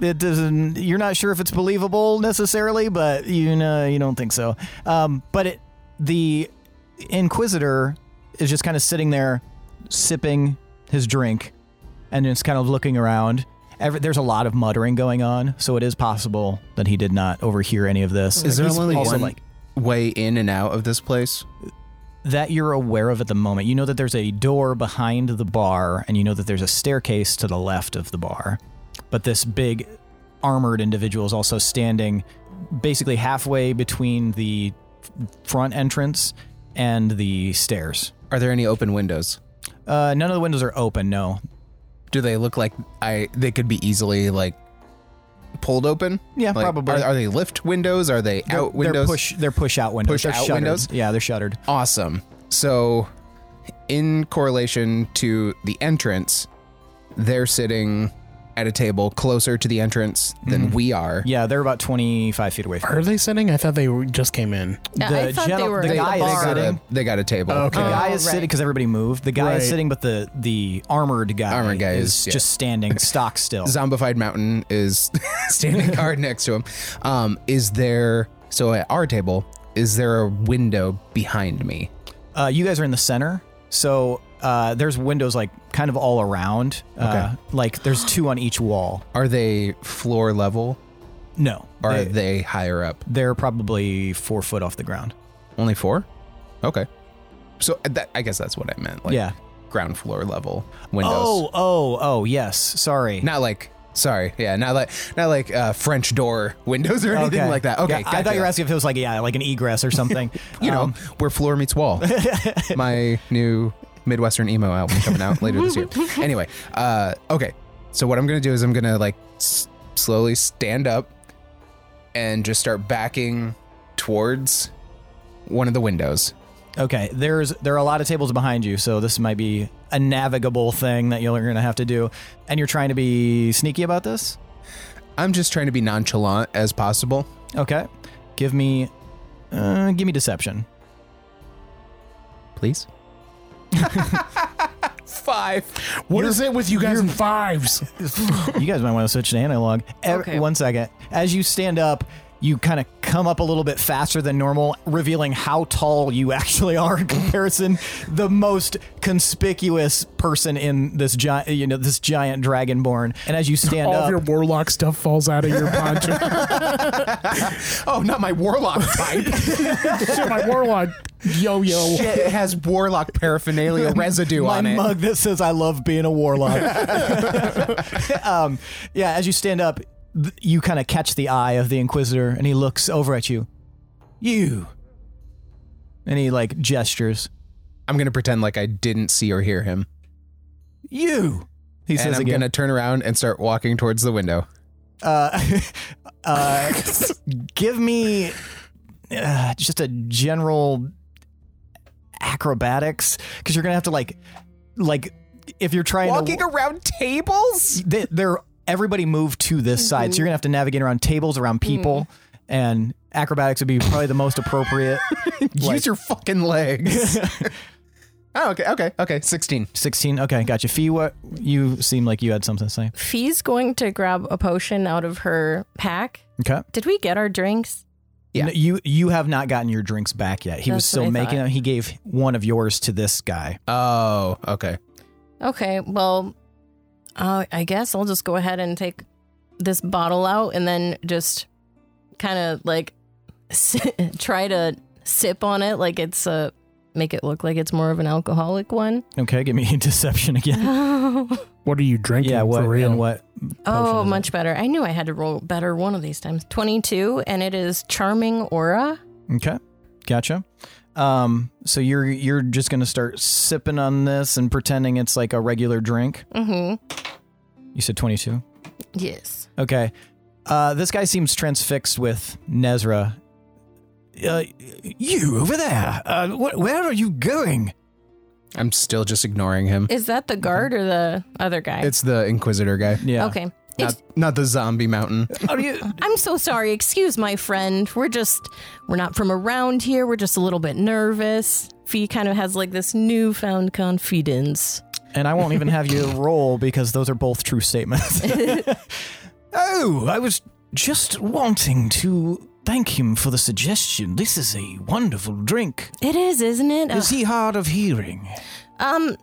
it doesn't. You're not sure if it's believable necessarily, but you know you don't think so. Um, but it, the inquisitor is just kind of sitting there, sipping his drink, and just kind of looking around. Every, there's a lot of muttering going on, so it is possible that he did not overhear any of this.
Is there
He's
only
also
one
like
way in and out of this place?
that you're aware of at the moment. You know that there's a door behind the bar, and you know that there's a staircase to the left of the bar. But this big armored individual is also standing basically halfway between the f- front entrance and the stairs.
Are there any open windows?
Uh, none of the windows are open, no.
Do they look like I? They could be easily like pulled open.
Yeah,
Like,
probably.
Are, are they lift windows? Are they
They're-
out
They're
windows?
push, they're push out windows.
Push
They're
out
shuttered.
windows?
Yeah, they're shuttered.
Awesome. So, in correlation to the entrance, they're sitting at a table closer to the entrance than we are.
Hmm. Yeah, they're about 25 feet away from
Are they sitting? I thought they were- just came in.
Yeah, I
The
thought
gentle-
they were
the
at
guy
the
is
bar.
Got
sitting.
a- they got a table. Uh,
Okay.
The
Oh,
guy is
right.
sitting because everybody moved. The guy
Right.
is sitting, but the the armored guy,
Armored guy
is,
is- yeah.
just
[LAUGHS]
standing stock still.
Zombified Mountain is [LAUGHS]
[LAUGHS]
standing guard next to him. Um, is there so at our table? Is there a window behind me?
Uh, you guys are in the center, so uh, there's windows like kind of all around. Uh, like there's two on each wall.
Are they floor level?
No,
Or are
they,
they higher up?
they're probably four foot off the ground.
Only four? Okay. So uh, that, I guess that's what I meant. Like
yeah.
ground floor level windows.
Oh, oh, oh. Yes. Sorry.
Not like sorry, yeah, not like not like uh, French door windows or anything like that. Okay,
Yeah, I thought you were asking if it was like yeah, like an egress or something.
[LAUGHS] You know,
Um,
where floor meets
[LAUGHS]
wall. My new Midwestern emo album coming out
[LAUGHS]
later this year. Anyway, uh, okay. So what I'm gonna do is I'm gonna like s- slowly stand up and just start backing towards one of the windows
Okay, there's there are a lot of tables behind you, so this might be a navigable thing that you're going to have to do. And you're trying to be sneaky about this?
I'm just trying to be nonchalant as possible.
Okay. Give me uh, give me deception. [LAUGHS]
Please. Five.
What is it with you guys in fives?
you guys might want to switch to analog. Ev-
Okay.
One second. As you stand up, you kind of come up a little bit faster than normal, revealing how tall you actually are in comparison. the most conspicuous person in this giant, you know, this giant dragonborn. And as you stand
[LAUGHS] All
up,
of your warlock stuff falls out of
[LAUGHS]
your poncho.
Oh, not my warlock
[LAUGHS]
type.
[LAUGHS] Shit, my warlock yo yo.
Shit, it has warlock paraphernalia residue
my
on it.
mug that says I love being a
[LAUGHS]
warlock. [LAUGHS] um, yeah, as you stand up, th- you kind of catch the eye of the inquisitor, and he looks over at you. You. And he like gestures.
I'm gonna pretend like I didn't see or hear him.
You. He
and
says
I'm
again.
gonna turn around and start walking towards the window.
uh, [LAUGHS] uh, give me uh, just a general acrobatics because you're gonna have to like like if you're trying to
around tables?
they, they're everybody moved to this side, so you're gonna have to navigate around tables, around people, and acrobatics would be probably the most
[LAUGHS]
appropriate.
[LAUGHS] Use your
[LAUGHS]
fucking legs. oh, okay, okay, okay. Sixteen.
Sixteen. Okay, gotcha. Fee, what you seem like you had something to say.
Fee's going to grab a potion out of her pack.
Okay.
Did we get our drinks?
Yeah.
No, you you have not gotten your drinks back yet. He was
That's
still
what I
making
thought.
them. He gave one of yours to this guy.
Oh, okay.
Okay, well, uh, I guess I'll just go ahead and take this bottle out and then just kind of like [LAUGHS] try to sip on it, like it's a make it look like it's more of an alcoholic one.
Okay, give me [LAUGHS] deception again.
oh,
What are you drinking
yeah, what
for real?
and what? potion is it?
much better. I knew I had to roll better one of these times. Twenty-two, and it is charming aura.
Okay, gotcha. Um, so you're you're just gonna start sipping on this and pretending it's like a regular drink.
Mm-hmm.
You said twenty two.
Yes.
Okay. Uh, this guy seems transfixed with Nezra. Uh, you over there? Uh, wh- where are you going?
I'm still just ignoring him.
Is that the guard or the other guy?
It's the Inquisitor guy.
Yeah.
okay.
Not, not the zombie mountain.
Are you?
I'm so sorry. Excuse my friend. We're just we're not from around here. We're just a little bit nervous. Fee kind of has like this newfound confidence.
And I won't even have you roll because those are both true statements. [LAUGHS] oh, I was just wanting to thank him for the suggestion. This is a wonderful drink.
It is, isn't it?
Is he hard of hearing?
um,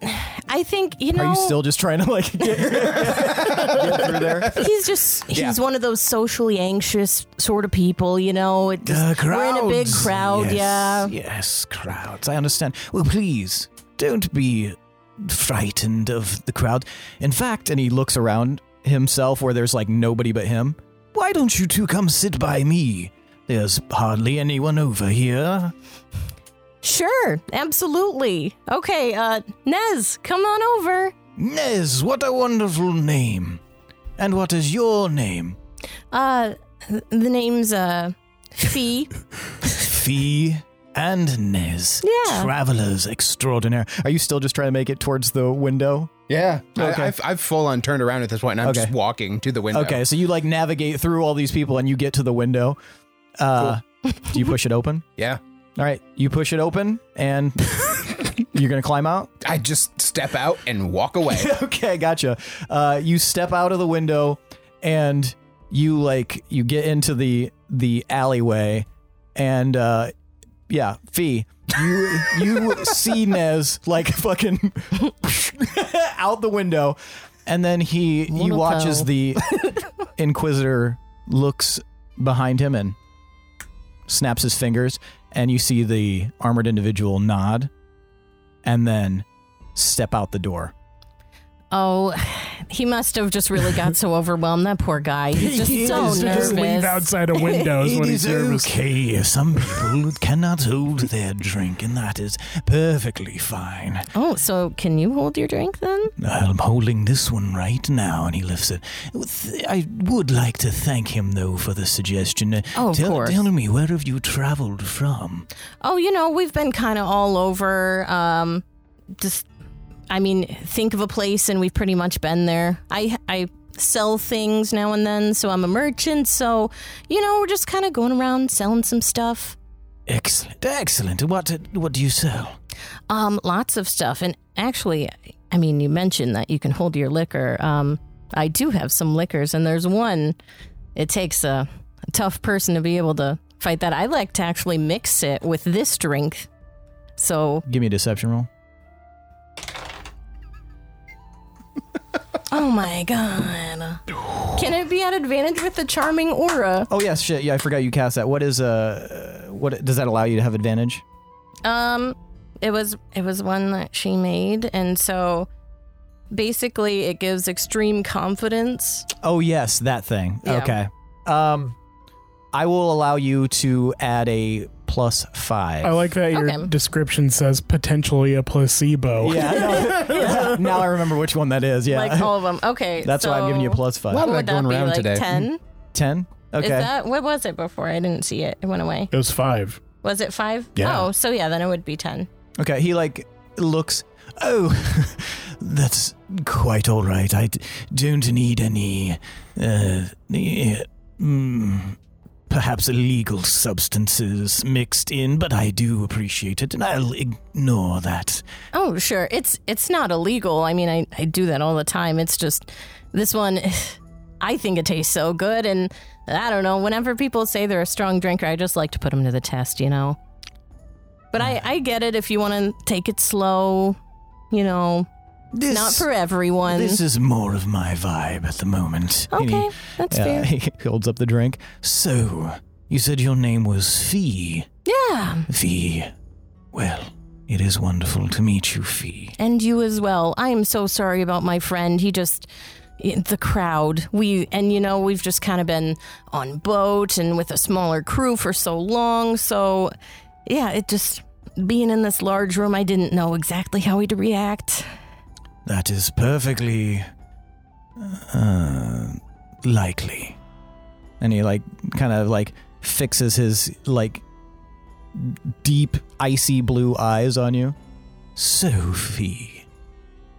I think you know.
Are you still just trying to like get, get through there?
He's just [LAUGHS] he's one of those socially anxious sort of people, you know. It
Uh,
just, we're in a big
crowds.
crowd,
Yes,
yeah.
Yes, crowds. I understand. Well, please don't be frightened of the crowd. In fact, and he looks around himself where there's like nobody but him. Why don't you two come sit by me? There's hardly anyone over here.
Sure, absolutely. Okay, uh Nez, come on over.
Nez, what a wonderful name. And what is your name?
Uh th- the name's uh Fee.
Fee and Nez.
Yeah.
Travelers extraordinaire. Are you still just trying to make it towards the window?
Yeah.
Okay.
I, I've, I've full on turned around at this point and I'm
Okay.
just walking to the window.
Okay, so you like navigate through all these people and you get to the window. Uh, do you push it open?
Yeah.
All right, you push it open and you're gonna climb out.
I just step out and
[LAUGHS]
walk away.
okay, gotcha. Uh, you step out of the window and you like you get into the the alleyway and uh, yeah, Fee. You you see Nez like fucking [LAUGHS] out the window, and then he he
Monocle.
watches the Inquisitor looks behind him and snaps his fingers, and you see the armored individual nod, and then step out the door.
Oh, [SIGHS] he must have just really got so overwhelmed. That poor guy. He's
[LAUGHS]
just
He
so
is
nervous.
just leaned outside of
[LAUGHS]
windows when he's nervous.
okay if some people cannot hold their drink, and that is perfectly fine.
Oh, so can you hold your drink then?
I'm holding this one right now, and he lifts it. Th- I would like to thank him, though, for the suggestion. Uh,
Oh, of
tell,
course.
tell me, where have you traveled from?
Oh, you know, we've been kind of all over. Um, just, I mean, think of a place and we've pretty much been there. I, I sell things now and then, so I'm a merchant. So, you know, we're just kind of going around selling some stuff.
Excellent, excellent. What uh, what do you sell?
Um, lots of stuff. And actually, I mean, you mentioned that you can hold your liquor. Um, I do have some liquors, and there's one. It takes a, a tough person to be able to fight that. I like to actually mix it with this drink. So,
Give me a deception roll.
oh my god. Can it be at advantage with the charming aura?
Oh yes, shit. Yeah, I forgot you cast that. What is uh, what does that allow you to have advantage?
Um, it was it was one that she made, and so basically it gives extreme confidence.
Oh yes, that thing.
Yeah.
Okay. Um, I will allow you to add a plus five.
I like that your
Okay.
description says potentially a
[LAUGHS]
placebo.
Yeah.
[LAUGHS]
I know. now I remember which one that is. Yeah.
Like all of them. Okay,
[LAUGHS] That's why I'm giving you a
so
plus five.
What?
What would
Like
that
going
be
around
like
today.
ten?
Ten. Hmm. Okay.
Is that what was it before? I didn't see it. It went away.
It was five.
Was it five?
Yeah.
Oh, so yeah, then it would be ten.
Okay, he like looks. Oh, [LAUGHS] that's quite all right. I d- don't need any, uh, eh, mm, perhaps illegal substances mixed in, but I do appreciate it, and I'll ignore that.
Oh, sure. It's it's not illegal. I mean, I, I do that all the time. It's just this one [SIGHS] I think it tastes so good and I don't know, whenever people say they're a strong drinker, I just like to put them to the test, you know. But I, I get it if you want to take it slow, you know,
This,
not for everyone.
This is more of my vibe at the moment. And he-
okay, that's
yeah,
fair.
[LAUGHS] he holds up the drink. So, you said your name was Fee.
Yeah.
Fee. Well, it is wonderful to meet you, Fee.
And you as well. I am so sorry about my friend. He just the crowd. We and you know, we've just kind of been on boat and with a smaller crew for so long. So yeah, it just being in this large room, I didn't know exactly how he'd react.
That is perfectly uh, likely. And he like kind of like fixes his like deep icy blue eyes on you. Sophie,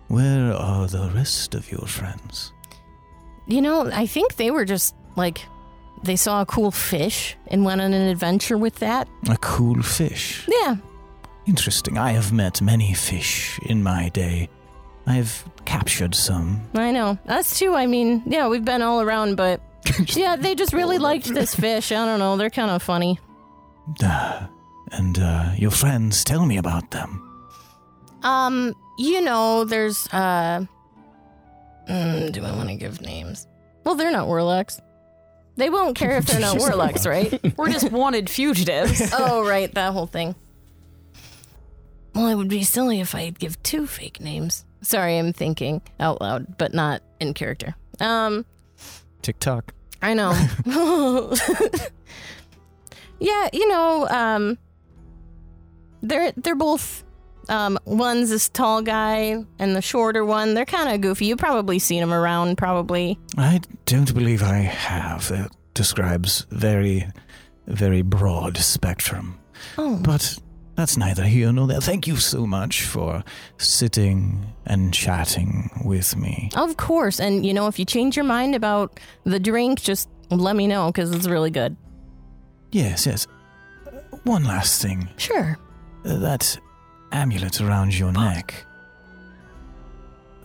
where are the rest of your friends?
You know, I think they were just like they saw a cool fish and went on an adventure with that.
A cool fish.
Yeah.
Interesting. I have met many fish in my day. I've captured some.
I know. Us too. I mean, yeah, we've been all around, but yeah, they just really liked this fish. I don't know. They're kind of funny.
Ah, and uh, your friends tell me about them.
Um, you know, there's uh mm, do I want to give names? Well, they're not warlocks. They won't care if they're not warlocks, right?
We're just wanted fugitives.
oh, right, that whole thing. Well, it would be silly if I'd give two fake names. Sorry, I'm thinking out loud, but not in character. Um,
Tick tock.
I [LAUGHS] know. yeah, you know, um they're they're both um one's this tall guy and the shorter one. They're kind of goofy. You've probably seen them around probably.
I don't believe I have. That describes very, very broad spectrum.
Oh.
But that's neither here nor there. Thank you so much for sitting and chatting with me.
Of course. And you know, if you change your mind about the drink, just let me know cuz it's really good.
Yes, yes. Uh, One last thing.
Sure.
Uh, That amulet around your neck.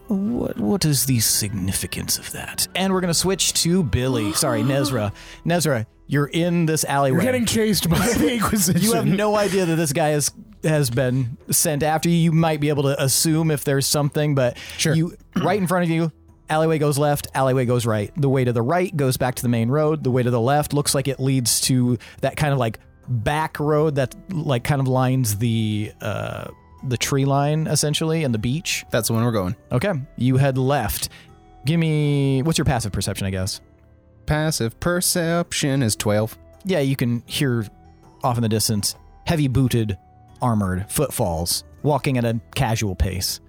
What what is the significance of that? And we're gonna switch to Billy. Sorry, [GASPS] Nezra. Nezra, you're in this
You're
alleyway.
getting chased by the
[LAUGHS]
Inquisition.
You have no idea that this guy is, has been sent after you. You might be able to assume if there's something, but
Sure.
you right in front of you. Alleyway goes left, alleyway goes right. The way to the right goes back to the main road. The way to the left looks like it leads to that kind of like back road that like kind of lines the uh the tree line essentially and the beach.
That's the one we're going.
Okay, you head left. Give me what's your passive perception, I guess.
Passive perception is 12.
Yeah, you can hear off in the distance heavy booted, armored footfalls walking at a casual pace.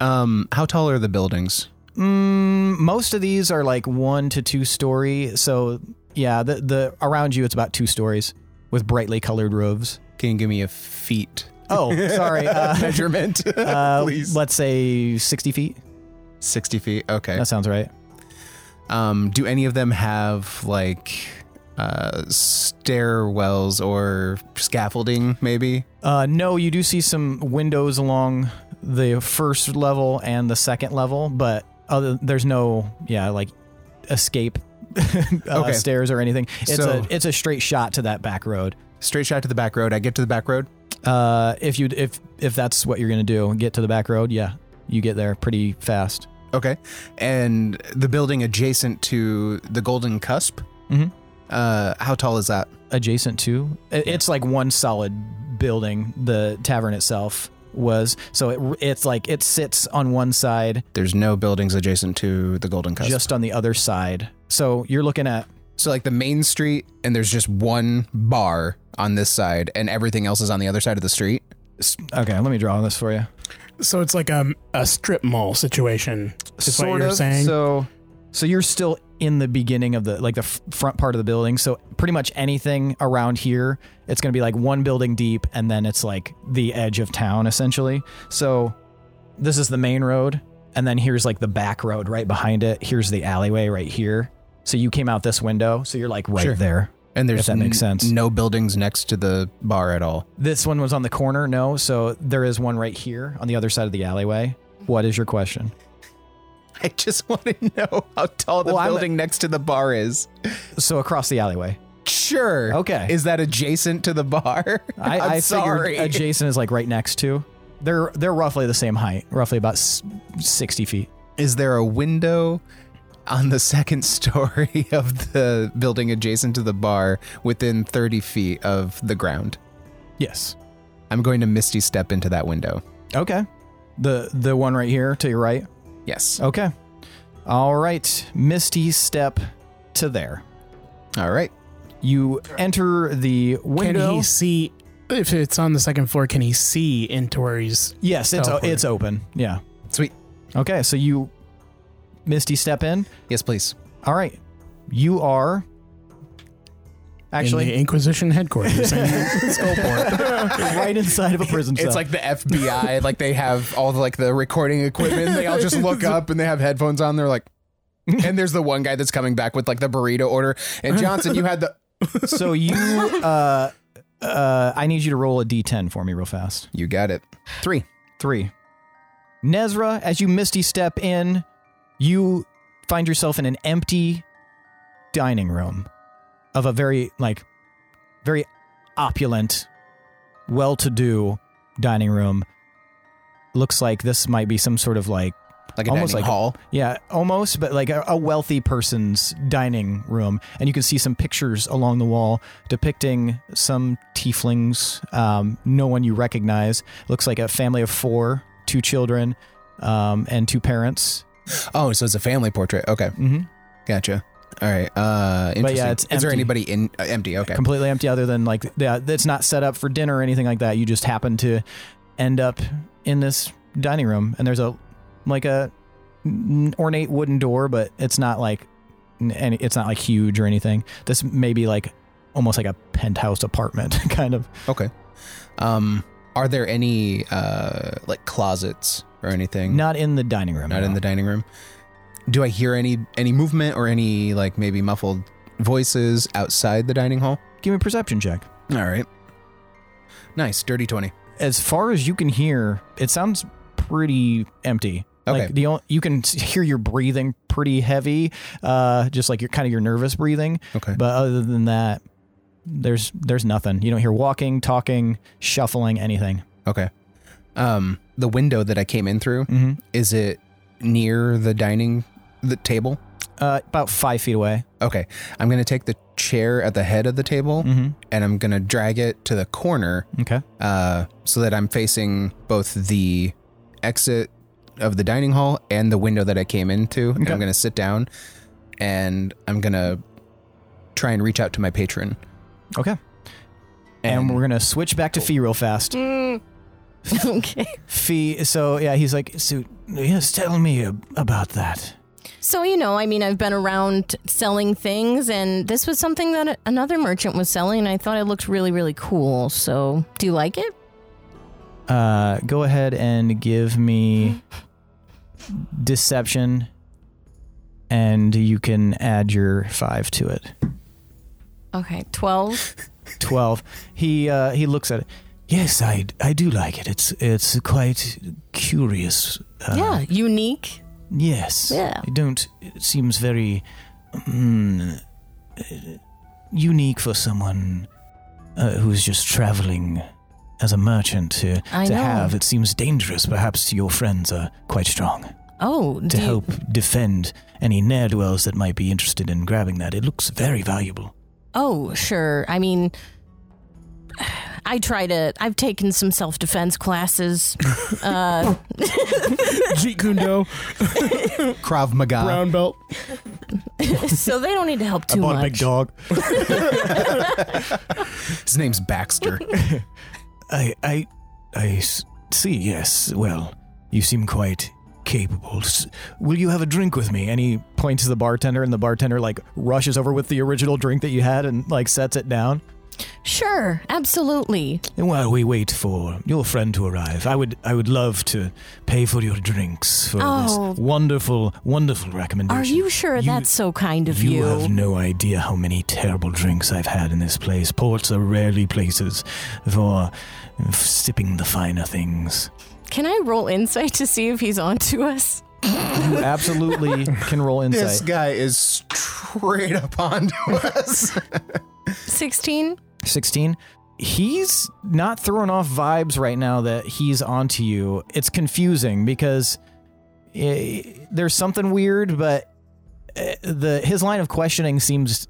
Um, how tall are the buildings?
Mm, most of these are like one to two story. So yeah, the the around you it's about two stories with brightly colored roofs.
Can you give me
[LAUGHS]
a feet
Oh, sorry. Uh,
measurement?
uh,
[LAUGHS] Please.
let's say sixty feet.
60 feet. Okay.
That sounds right.
Um, do any of them have like uh, stairwells or scaffolding? Maybe.
Uh, no, you do see some windows along the first level and the second level, but other, there's no yeah like escape [LAUGHS] uh,
Okay.
stairs or anything. It's
So-
a it's a straight shot to that back road.
Straight shot to the back road. I get to the back road.
Uh, if you if if that's what you're gonna do, get to the back road. Yeah, you get there pretty fast.
Okay. And the building adjacent to the Golden Cusp.
Mhm.
Uh, how tall is that?
Adjacent to it- it's like one solid building. The tavern itself was so it it's like it sits on one side,
There's no buildings adjacent to the Golden Cusp.
just on the other side. So you're looking at
so like the main street, and there's just one bar on this side, and everything else is on the other side of the street.
okay. Let me draw this for you.
So it's like a, a strip mall situation. Is what you're saying?
So, so you're still in the beginning of the like the f- front part of the building. So pretty much anything around here, it's going to be like one building deep, and then it's like the edge of town essentially. So this is the main road, and then here's like the back road right behind it. Here's the alleyway right here. So you came out this window, so you're like right
Sure.
there.
And there's
If that makes
n-
sense.
no buildings next to the bar at all. [LAUGHS]
This one was on the corner, no. So there is one right here on the other side of the alleyway. What is your question?
I just want to know how tall the
Well, I'm-
building next to the bar is.
So across the alleyway.
Sure.
Okay.
Is that adjacent to the bar?
I,
[LAUGHS] I'm
I figured
sorry.
adjacent is like right next to. They're they're roughly the same height, roughly about s- sixty feet.
is there a window on the [LAUGHS] second story of the building adjacent to the bar within 30 feet of the ground?
Yes.
I'm going to misty step into that window.
Okay. The the one right here to your right.
Yes.
Okay. All right. Misty step to there. Oh.
All right.
You enter the
Can
window.
he see if it's on the second floor? Can he see into where he's?
yes, it's o-
Teleport.
it's open. Yeah.
Sweet.
Okay. So you misty step in.
Yes, please.
All right. You are
in
actually
the
[LAUGHS]
Inquisition headquarters. [LAUGHS] Let's go for it.
right inside of a
[LAUGHS]
prison cell.
It's like
[LAUGHS]
the FBI, like they have all the like the recording equipment. They all just look up and they have headphones on.
[LAUGHS]
They're like, and there's the one guy that's coming back with like the burrito order. And Johnson,
[LAUGHS]
you had the
so you uh uh I need you to roll a d10 for me real fast.
you got it. Three.
3. Nezra, as you misty step in, you find yourself in an empty dining room of a very like very opulent, well-to-do dining room. Looks like this might be some sort of like
Like a
Almost
dining
like-
hall.
yeah, almost, but like a, a wealthy person's dining room. And you can see some pictures along the wall depicting some tieflings, um, no one you recognize. Looks like a family of four, two children, um, and two parents.
Oh, so it's a family portrait. Okay,
hmm
gotcha. All right. Uh, interesting.
it's
Is there
empty.
anybody in uh, empty? Okay.
Completely empty, other than like, yeah, it's not set up for dinner or anything like that. You just happen to end up in this dining room, and there's a like a n- ornate wooden door, but it's not like n- any, it's not like huge or anything. This may be like almost like a penthouse apartment [LAUGHS] kind of.
Okay. Um, are there any uh like closets or anything?
Not in the dining room.
Mm-hmm. not in
no.
the dining room. Do I hear any any movement or any like maybe muffled voices outside the dining hall?
Give me a perception check.
All right. Nice, dirty twenty.
As far as you can hear, it sounds pretty empty.
Okay.
Like the only, you can s- hear your breathing pretty heavy, uh, just like your kind of your nervous breathing.
Okay.
But other than that, there's there's nothing. You don't hear walking, talking, shuffling, anything.
Okay. Um, the window that I came in through
Mm-hmm.
is it near the dining the table?
Uh, about five feet away.
Okay, I'm gonna take the chair at the head of the table and I'm gonna drag it to the corner
Mm-hmm. Okay.
uh, so that I'm facing both the exit of the dining hall and the window that I came into. And
Okay.
I'm gonna sit down and I'm gonna try and reach out to my patron.
Okay. And, we're gonna switch back to Fee real fast.
Mm. [LAUGHS] okay.
Fee. So yeah, he's like, so yes, tell me ab- about that.
So, you know, I mean, I've been around selling things, and this was something that another merchant was selling, and I thought it looked really, really cool. So, do you like it?
Uh, go ahead and give me deception, and you can add your five to it.
Okay, 12.
12 he uh, he looks at it yes I, I do like it it's it's quite curious uh,
yeah, unique.
yes
Yeah.
i don't it seems very mm, uh, unique for someone uh, who's just traveling as a merchant to
I
to
know.
have it seems dangerous perhaps your friends are quite strong
Oh,
to
do you-
help defend any ne'er-do-wells that might be interested in grabbing that it looks very valuable
Oh, sure. I mean, I try to. I've taken some self
[LAUGHS]
defense classes. uh,
Jeet Kune Do,
Krav Maga.
brown belt.
so they don't need to help too much.
dog.
His
[LAUGHS]
name's Baxter.
I, I, I s- see. Yes. Well, you seem quite capable. S- Will you have a drink with me? And he points to the bartender, and the bartender like rushes over with the original drink that you had and like sets it down.
Sure, absolutely.
And while we wait for your friend to arrive, I would, I would love to pay for your drinks for
Oh.
this wonderful, wonderful
Are
recommendation.
you sure
You-
that's so kind of
You
you?
have no idea how many terrible drinks I've had in this place. Ports are rarely places for uh, sipping the finer things.
Can I roll insight to see if he's on to us?
You absolutely can roll
this
insight.
guy is straight up [LAUGHS] onto us.
16?
16. He's not throwing off vibes right now that he's onto you. It's confusing because eh, there's something weird, but eh, the his line of questioning seems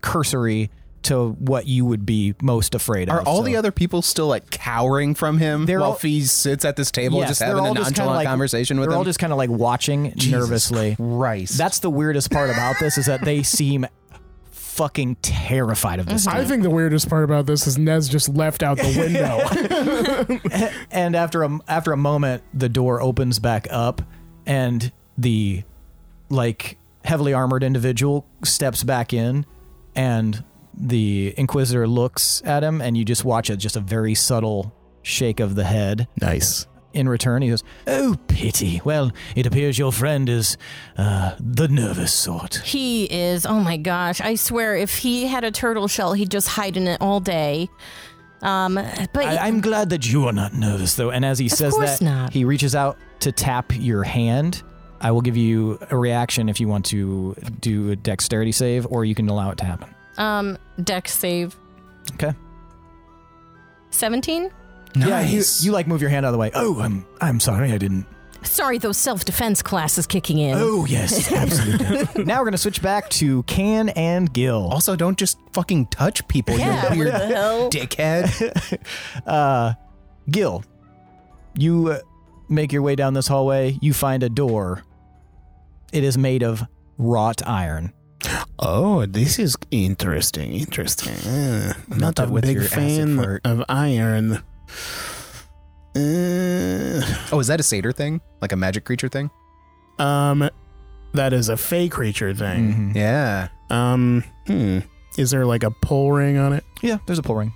cursory to what you would be most afraid
Are
of.
all
so-
the other people still like cowering from him
They're
while
all-
Fee sits at this table
Yes,
just
they're
having a
all just kinda
nonchalant
like-
conversation with
They're
him?
all just kind of like watching nervously.
Christ.
That's the weirdest part about this is that they seem fucking terrified of this.
I think the weirdest part about this is Nez just left out the
[LAUGHS]
window.
and after a after a moment, the door opens back up, and the like heavily armored individual steps back in, and the inquisitor looks at him, and you just watch it, just a very subtle shake of the head.
[LAUGHS] nice.
In return, he goes, "Oh pity. Well, it appears your friend is uh, the nervous sort."
He is. Oh my gosh. I swear, if he had a turtle shell, he'd just hide in it all day. Um, but
I, I'm glad that you are not nervous, though. And as he says
course
that,
not.
he reaches out to tap your hand. I will give you a reaction if you want to do a dexterity save, or you can allow it to happen.
um, deck save.
Okay.
17?
Yeah, you, you like move your hand out of the way. Oh, I'm I'm sorry, I didn't.
Sorry, those self defense classes kicking in.
Oh [LAUGHS] yes, absolutely. [LAUGHS] now we're gonna switch back to Can and Gil.
also, don't just fucking touch people,
Yeah,
you
what
weird
the hell?
dickhead. [LAUGHS]
uh, Gil, you uh, make your way down this hallway. You find a door. It is made of wrought iron.
Oh, this is interesting. Interesting. Uh, not
Melt
a
it with
big
your acid
fan
fart.
of iron. Uh,
Oh, is that a satyr thing? Like a magic creature thing?
um, that is a fey creature thing.
Mm-hmm.
Mm-hmm. [LAUGHS] Yeah.
Um, hmm. Is there like a pull ring on it?
Yeah, there's a pull ring,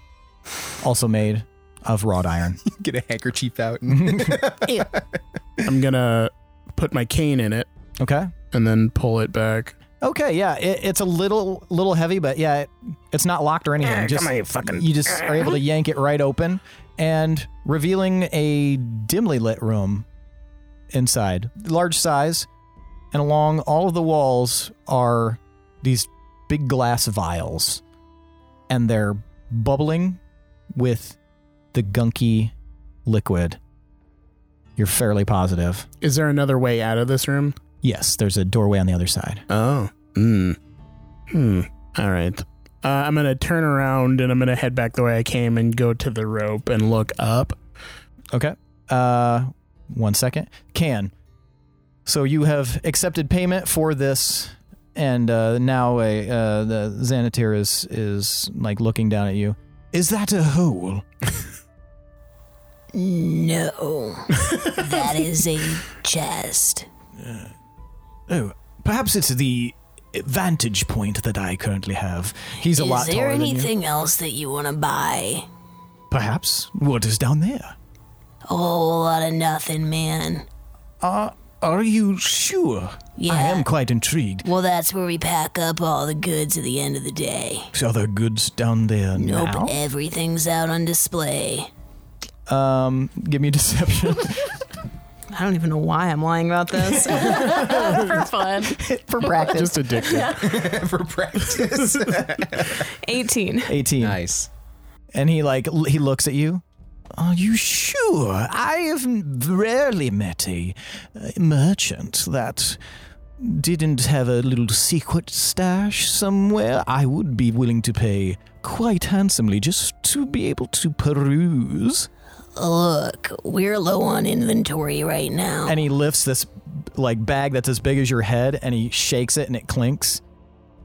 also made of wrought iron.
Get a handkerchief out. [LAUGHS] And
I'm gonna put my cane in it
okay.
and then pull it back.
Okay. Yeah, it, it's a little little heavy, but yeah, it, it's not locked or anything. just,
Eh, on, you fucking- eh.
You just are able to yank it right open and revealing a dimly lit room inside, large size, and along all of the walls are these big glass vials, and they're bubbling with the gunky liquid. You're fairly positive.
Is there another way out of this room?
Yes, there's a doorway on the other side.
Oh. Hmm. Hmm. All right. Uh, I'm gonna turn around and I'm gonna head back the way I came and go to the rope and look up.
Okay. Uh, one second. Can. So you have accepted payment for this, and uh, now a uh, the Xanatir is is like looking down at you. Is that a hole?
No. that is a chest.
Oh, perhaps it's the vantage point that I currently have. He's a lot
Is there
taller than you.
anything else that you want to buy?
Perhaps what is down there?
A whole lot of nothing, man.
Are are you sure?
Yeah.
I am quite intrigued.
Well, that's where we pack up all the goods at the end of the day.
Are there goods down there
Nope,
now?
everything's out on display.
Um, give
[LAUGHS]
me deception
I don't even know why I'm lying about this. [LAUGHS]
for fun.
[LAUGHS]
For practice.
Just addicted.
for [LAUGHS] practice.
18.
eighteen.
nice.
and he like l- he looks at you. Are you sure? I have n- rarely met a uh, merchant that didn't have a little secret stash somewhere. I would be willing to pay quite handsomely just to be able to peruse.
Look, we're low on inventory right now.
And he lifts this like bag that's as big as your head and he shakes it and it clinks.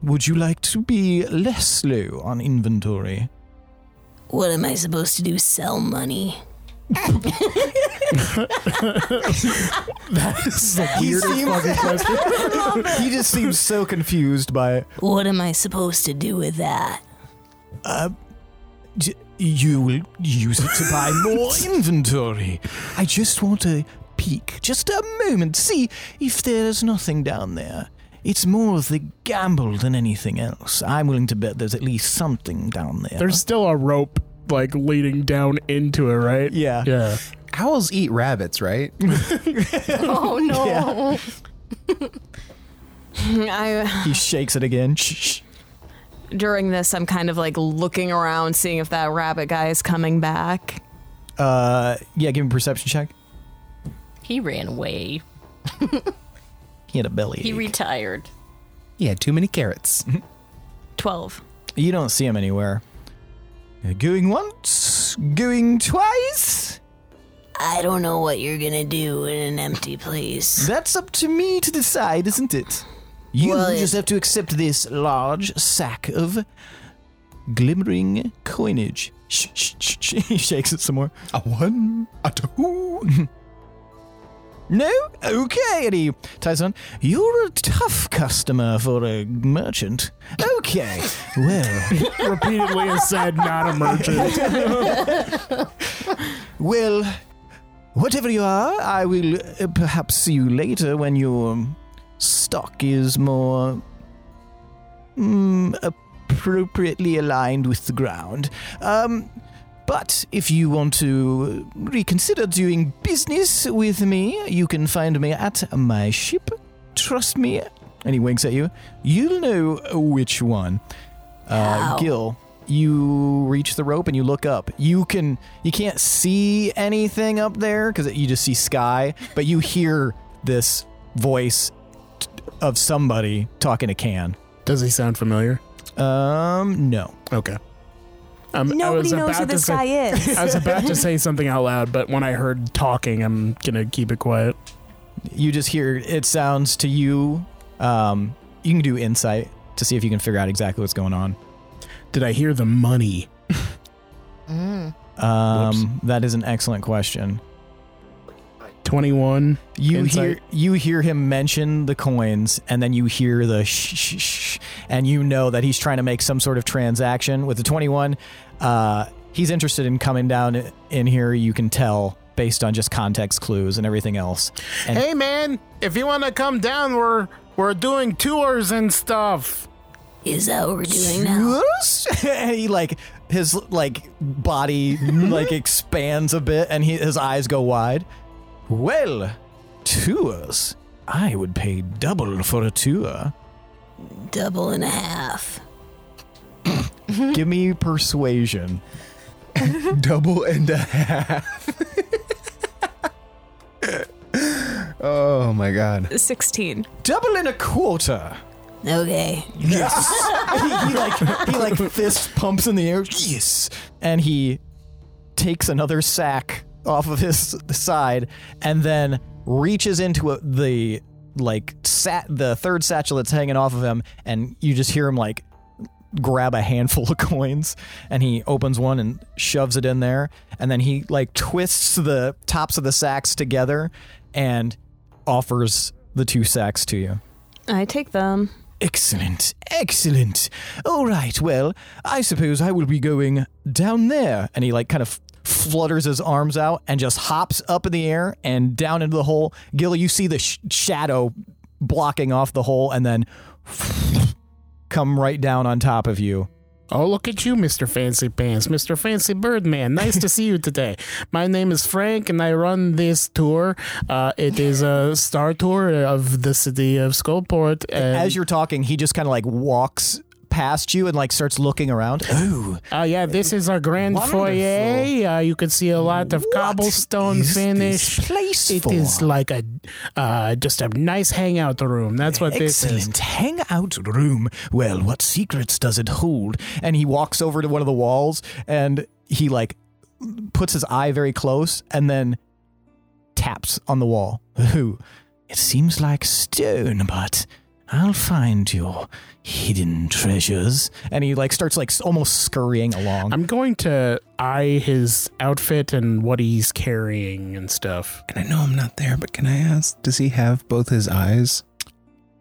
Would you like to be less low on inventory?
what am I supposed to do? Sell money?
[LAUGHS] He just seems so confused by it.
What am I supposed to do with that?
D- you will use it to [LAUGHS] buy more inventory. I just want a peek, just a moment, see if there's nothing down there. It's more of the gamble than anything else. I'm willing to bet there's at least something down there.
There's still a rope like leading down into it, right?
yeah.
Yeah. [LAUGHS]
Owls eat rabbits, right?
[LAUGHS] Oh no.
[LAUGHS] I,
He shakes it again. Shh, shh.
during this, I'm kind of like looking around, seeing if that rabbit guy is coming back.
Uh, yeah, give me a perception check.
He ran away.
He had a belly.
He retired.
Yeah, too many carrots.
12.
you don't see him anywhere. Going once, going twice.
I don't know what you're gonna do in an empty place.
That's up to me to decide, isn't it? You
Well,
just
it-
have to accept this large sack of glimmering coinage. Shh, shh, shh, shh. [LAUGHS] He shakes it some more.
[LAUGHS] A one, a two.
No? Okay, and he ties it on. You're a tough customer for a merchant.
[LAUGHS]
Okay, well,
Repeatedly has said not a merchant.
well, whatever you are, I will uh, perhaps see you later when your um, stock is more mm, appropriately aligned with the ground. Um, but if you want to reconsider doing business with me, you can find me at my ship. Trust me. And he winks at you. You'll know which one. Uh,
How?
Gil, you reach the rope and you look up. You can you can't see anything up there because you just see sky, but you hear this voice t- of somebody talking to Can.
Does he sound familiar?
Um, no.
Okay. Um, I was
Nobody knows
about
who
to
this
say-
guy
[LAUGHS]
is.
I was about to say something out loud, but when I heard talking, I'm gonna keep it quiet.
You just hear it sounds to you. Um, you can do insight to see if you can figure out exactly what's going on.
Did I hear the money?
Mm. Um, that is an excellent question.
Twenty-one.
You
Insight.
hear you hear him mention the coins, and then you hear the shh, shh, shh, and you know that he's trying to make some sort of transaction with the twenty-one. Uh, he's interested in coming down i- in here. You can tell based on just context clues and everything else. And
Hey man, if you want to come down, we're we're doing tours and stuff.
Is that what we're doing now?
[LAUGHS] and he like his like body like expands a bit and he, his eyes go wide well tours i would pay double for a tour
Double and a half.
give me persuasion
Double and a half. Oh my god.
16.
Double and a quarter.
Okay.
Yes. he, like he like fist pumps in the air. Yes. And he takes another sack off of his side and then reaches into a, the like sat the third satchel that's hanging off of him and you just hear him like grab a handful of [LAUGHS] coins and he opens one and shoves it in there and then he like twists the tops of the sacks together and offers the two sacks to you.
I take them.
Excellent, excellent. All right, well, I suppose I will be going down there. And he, like, kind of flutters his arms out and just hops up in the air and down into the hole. Gil, you see the sh- shadow blocking off the hole and then [SNIFFS] come right down on top of you.
Oh, look at you, Mr. Fancy Pants, Mr. Fancy Birdman. Nice to see you today. My name is Frank, and I run this tour. Uh, it is a star tour of the city of Skullport. And,
As you're talking, he just kind of like walks past you and like starts looking around. Oh,
uh, yeah, this is our grand foyer. Uh, you can see a lot of cobblestone
is this
finish.
place
It
for?
is like a uh, just a nice hangout room. That's what this is.
Excellent hangout room. Well, what secrets does it hold? And he walks over to one of the walls and he like puts his eye very close and then taps on the wall. [LAUGHS] Ooh, it seems like stone, but I'll find your hidden treasures. And he like starts like s- almost scurrying along.
I'm going to eye his outfit and what he's carrying and stuff.
[LAUGHS] And I know I'm not there, but can I ask? Does he have both his eyes?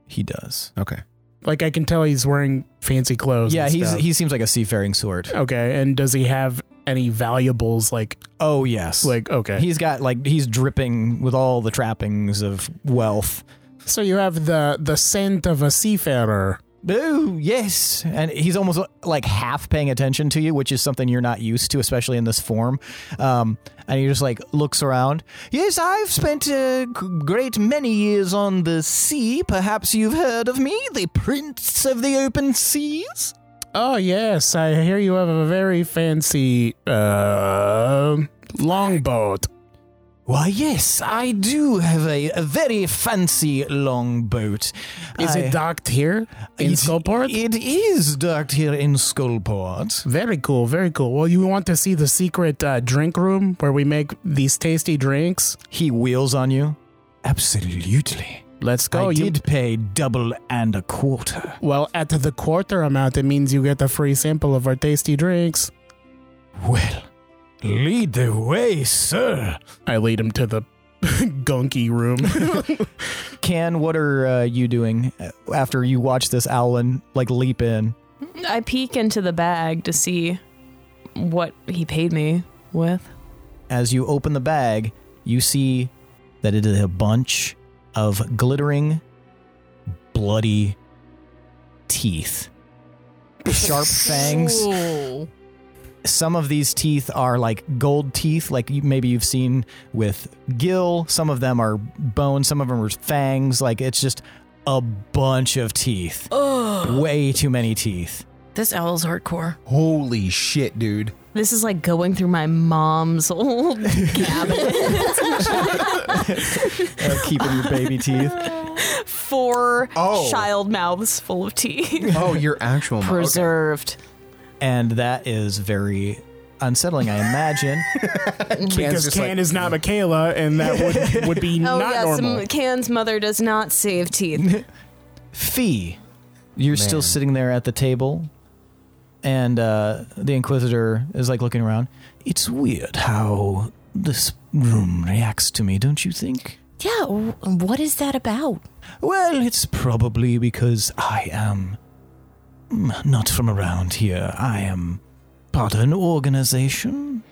he does.
Okay.
Like I can tell he's wearing fancy clothes.
Yeah,
and
he's
stuff.
he seems like a seafaring sort.
okay. And does he have any valuables? Like
Oh yes.
like okay.
He's got like he's dripping with all the trappings of wealth.
so you have the the scent of a seafarer.
Oh yes, and he's almost like half paying attention to you, which is something you're not used to, especially in this form. Um, and he just like looks around. Yes, I've spent a g- great many years on the sea. Perhaps you've heard of me, the Prince of the Open Seas.
Oh yes, I hear you have a very fancy uh, longboat.
Why, yes, I do have a, a very fancy longboat.
Is
I-
it docked here in
It-
Skullport?
It is docked here in Skullport.
Very cool, very cool. Well, you want to see the secret uh, drink room where we make these tasty drinks?
He wheels on you. Absolutely.
Let's go.
I
You-
did pay double and a quarter.
Well, at the quarter amount, it means you get a free sample of our tasty drinks.
Well, lead the way, sir.
I lead him to the [LAUGHS] gunky room. [LAUGHS]
Can, what are uh, you doing uh, after you watch this Owlin like leap in?
I peek into the bag to see what he paid me with.
As you open the bag, you see that it is a bunch of glittering, bloody [LAUGHS] teeth. Sharp fangs. some of these teeth are like gold teeth, like you, maybe you've seen with gill. Some of them are bone. Some of them are fangs. Like it's just a bunch of teeth. Way too many teeth.
This owl's hardcore.
Holy shit, dude.
This is like going through my mom's old [LAUGHS]
Uh, keeping your baby teeth.
four
Oh.
child mouths full of teeth.
Oh, your actual mom.
[LAUGHS] Preserved.
And that is very unsettling, I imagine.
because
just
Can
like-
is not Michaela, and that [LAUGHS] would, would be
Oh
not
yeah,
normal.
some Can's mother does not save teeth.
Fee, you're still
Man.
sitting there at the table, and uh, the Inquisitor is like looking around. It's weird how this room reacts to me, don't you think?
Yeah, w- what is that about?
Well, it's probably because I am mm, not from around here. I am part of an organization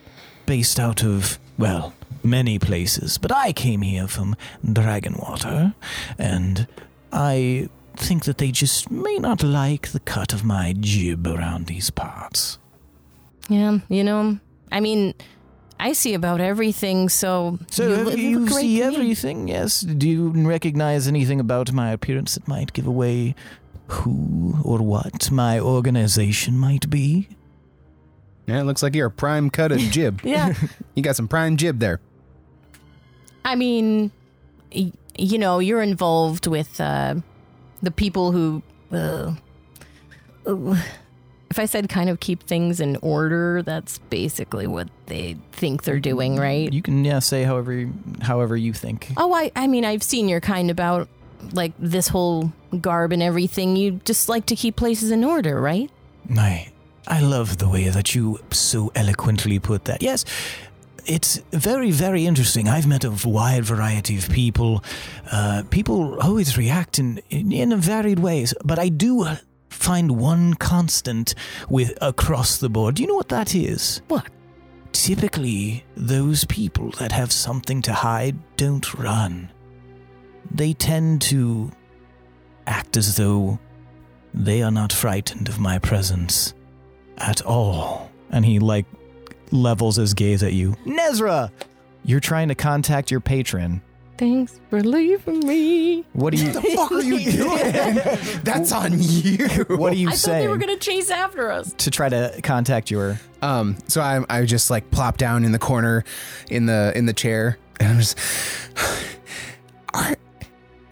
based out of, well, many places, but I came here from Dragonwater, and I think that they just may not like the cut of my jib around these parts.
Yeah, you know, I mean, I see about everything, so.
So
you
uh,
live in a
you
great
see [LAUGHS]
community.
everything, yes? Do you recognize anything about my appearance that might give away who or what my organization might be?
Yeah, it looks like you're a prime cut [LAUGHS] of jib.
Yeah.
You got some prime jib there.
I mean, y- you know, you're involved with uh, the people who. Uh, uh, if I said kind of keep things in order, that's basically what they think they're doing, right?
You can yeah say however you- however you think.
Oh, I, I mean, I've seen your kind about like this whole garb and everything. You just like to keep places in order, right?
My, I love the way that you so eloquently put that. Yes, it's very, very interesting. I've met a wide variety of people. Uh, people always react in, in in varied ways, but I do find one constant with across the board. Do you know what that is?
What?
Typically, those people that have something to hide don't run. They tend to act as though they are not frightened of my presence at all. And he, like, levels his gaze at you. Nezra! You're trying to contact your patron.
Thanks for leaving me.
What do
[LAUGHS]
you
fuck are you
[LAUGHS]
doing? That's on you.
What do you
I thought
say
they were gonna chase after us.
to try to contact your?
Um, so I I just like plop down in the corner, in the in the chair, and I'm just [SIGHS]
Are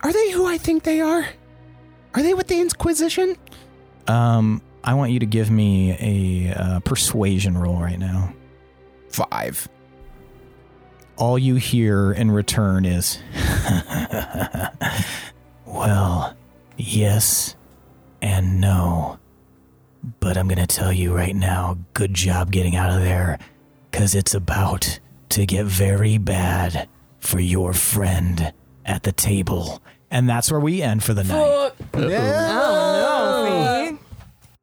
are they who I think they are? Are they with the Inquisition?
Um, I want you to give me a uh, persuasion roll right now.
five.
all you hear in return is, [LAUGHS] Well, yes and no. But I'm going to tell you right now good job getting out of there, because it's about to get very bad for your friend at the table. And that's where we end for the night.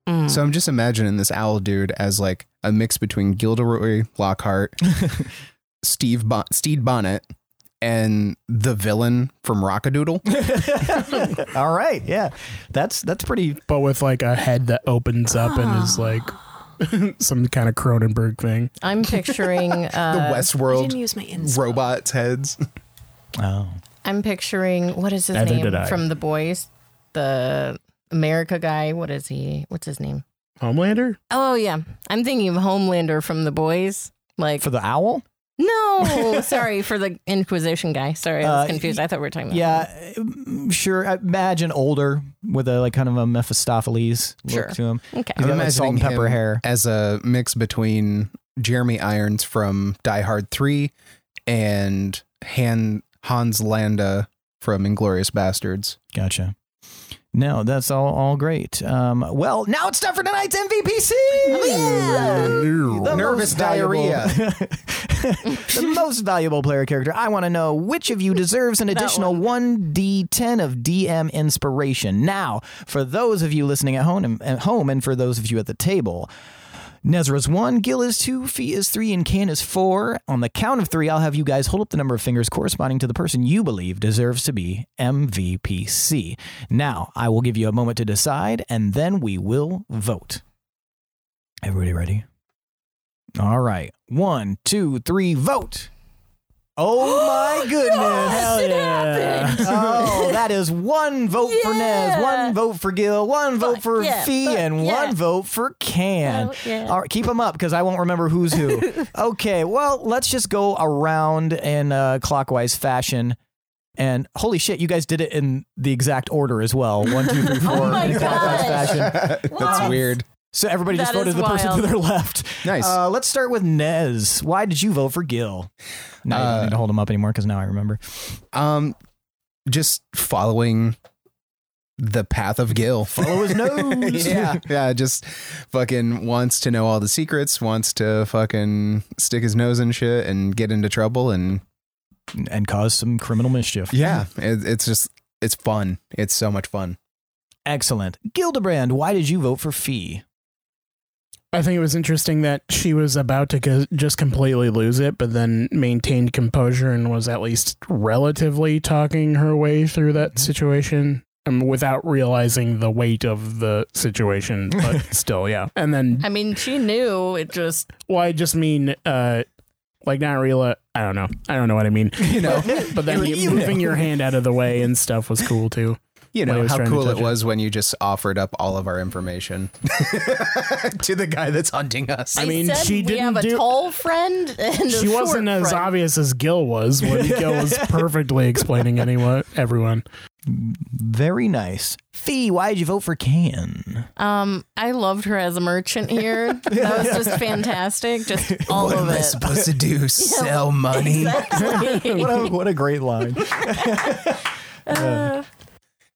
Mm.
So I'm just imagining this owl dude as like a mix between Gilderoy
[LAUGHS]
Lockhart, Steve bon- Steed Bonnet, and the villain from
Uh,
Rockadoodle.
All right, yeah, that's that's pretty.
but with like a head that opens up and is like [LAUGHS] some kind of Cronenberg thing.
[LAUGHS]
I'm picturing
The
uh,
Westworld
didn't use my insight.
robots heads.
Oh,
I'm picturing what is his
Neither did
name
I.
from the boys? The America guy. What is he? What's his name?
Homelander?
Oh yeah. I'm thinking of Homelander from the boys. Like
for the owl.
No, sorry for the Inquisition guy. Sorry, I was
Uh,
confused. I thought we were talking about
Yeah, mm, sure. Imagine older with a like kind of a Mephistopheles look
Sure.
to him.
Okay.
He's got like salt and
imagining
pepper
him
hair.
as a mix between Jeremy Irons from Die Hard 3 and Han, Hans Landa from Inglorious Bastards.
Gotcha. No, that's all all great. Um, well, now it's time for tonight's MVPC. The
Nervous
most valuable-
diarrhea. [LAUGHS]
the most valuable player character. I want to know which of you deserves an additional 1d10 of DM inspiration. Now, for those of you listening at home, at home and for those of you at the table, Nezra's one, Gil is two, Fee is three, and Can is four. On the count of three, I'll have you guys hold up the number of fingers corresponding to the person you believe deserves to be MVPC. Now, I will give you a moment to decide, and then we will vote. Everybody ready? All right. One, two, three, vote. Oh
[GASPS]
my goodness. [LAUGHS] Oh, that is one vote for Nez, one vote for Gil, one vote for Fee, and one vote for Can.
Oh,
All right, keep them up because I won't remember who's who.
[LAUGHS]
okay, well, let's just go around in uh, clockwise fashion. And holy shit, you guys did it in the exact order as well. One, two,
[LAUGHS]
three, four.
Oh
in clockwise fashion.
[LAUGHS] That's weird.
So everybody just
That
voted
is
the person to
wild.
their left.
Nice.
Uh, let's start with Nez. Why did you vote for Gil? No, I don't
Uh,
need to hold him up anymore because now I remember.
Um, just following the path
[LAUGHS]
of Gil.
Follow his [LAUGHS] nose.
[LAUGHS] yeah, yeah, just fucking wants to know all the secrets, wants to fucking stick his nose in shit and get into trouble and
And cause some criminal mischief.
yeah, it, it's just it's fun. It's so much fun.
Excellent. Gildebrand, why did you vote for Fee?
I think it was interesting that she was about to go- just completely lose it, but then maintained composure and was at least relatively talking her way through that situation um, without realizing the weight of the situation. But [LAUGHS] still, yeah. And then,
I mean, she knew it just
well, I just mean, uh, like not real. I
[LAUGHS]
don't know. I don't know what I mean. You know, but then you- moving your hand out of the way and stuff was cool too.
You
When he
know
was
how
trying to
cool it
touch it.
was when you just offered up all of our information [LAUGHS] to the guy that's hunting us.
I mean,
said
she
we have
didn't
a
do-
tall friend [LAUGHS] and a
She
short
wasn't as
friend.
obvious as Gil was
[LAUGHS]
when Gil was perfectly explaining anyone, everyone.
Very nice. Fee, why'd you vote for Can?
Um, I loved her as a merchant here. That
[LAUGHS]
was just fantastic. Just all
what
of
am I
it.
supposed to do? Sell
[LAUGHS]
money?
What a, what a great line.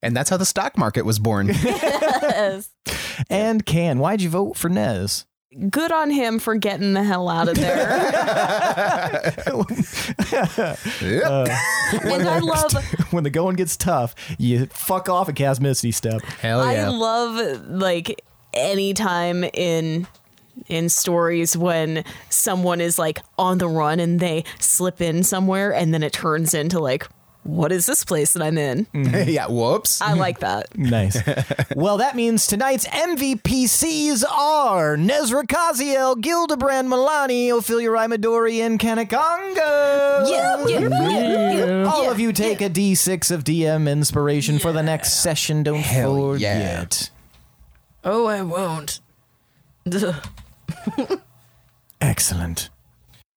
And that's how the stock market was
[LAUGHS]
born.
Yes.
and Can, why'd you vote for Nez? [LAUGHS]
Good on him for getting the hell out of there.
Yep.
and I love
when the going gets tough, you fuck off and cast Misty Step.
Hell
I love like any time in in stories when someone is like on the run and they slip in somewhere and then it turns into like what is this place that I'm in?
yeah, whoops.
I like that.
Nice. well, that means tonight's MVPCs are Nezra Kaziel, Gildebrand Milani, Ophelia Raimadori, and Kanakongo.
Yeah, yeah, yeah, yeah.
All of you take a D6 of DM inspiration for the next session. Don't
Hell yeah.
forget.
Oh, I won't. [LAUGHS] Ugh.
Excellent.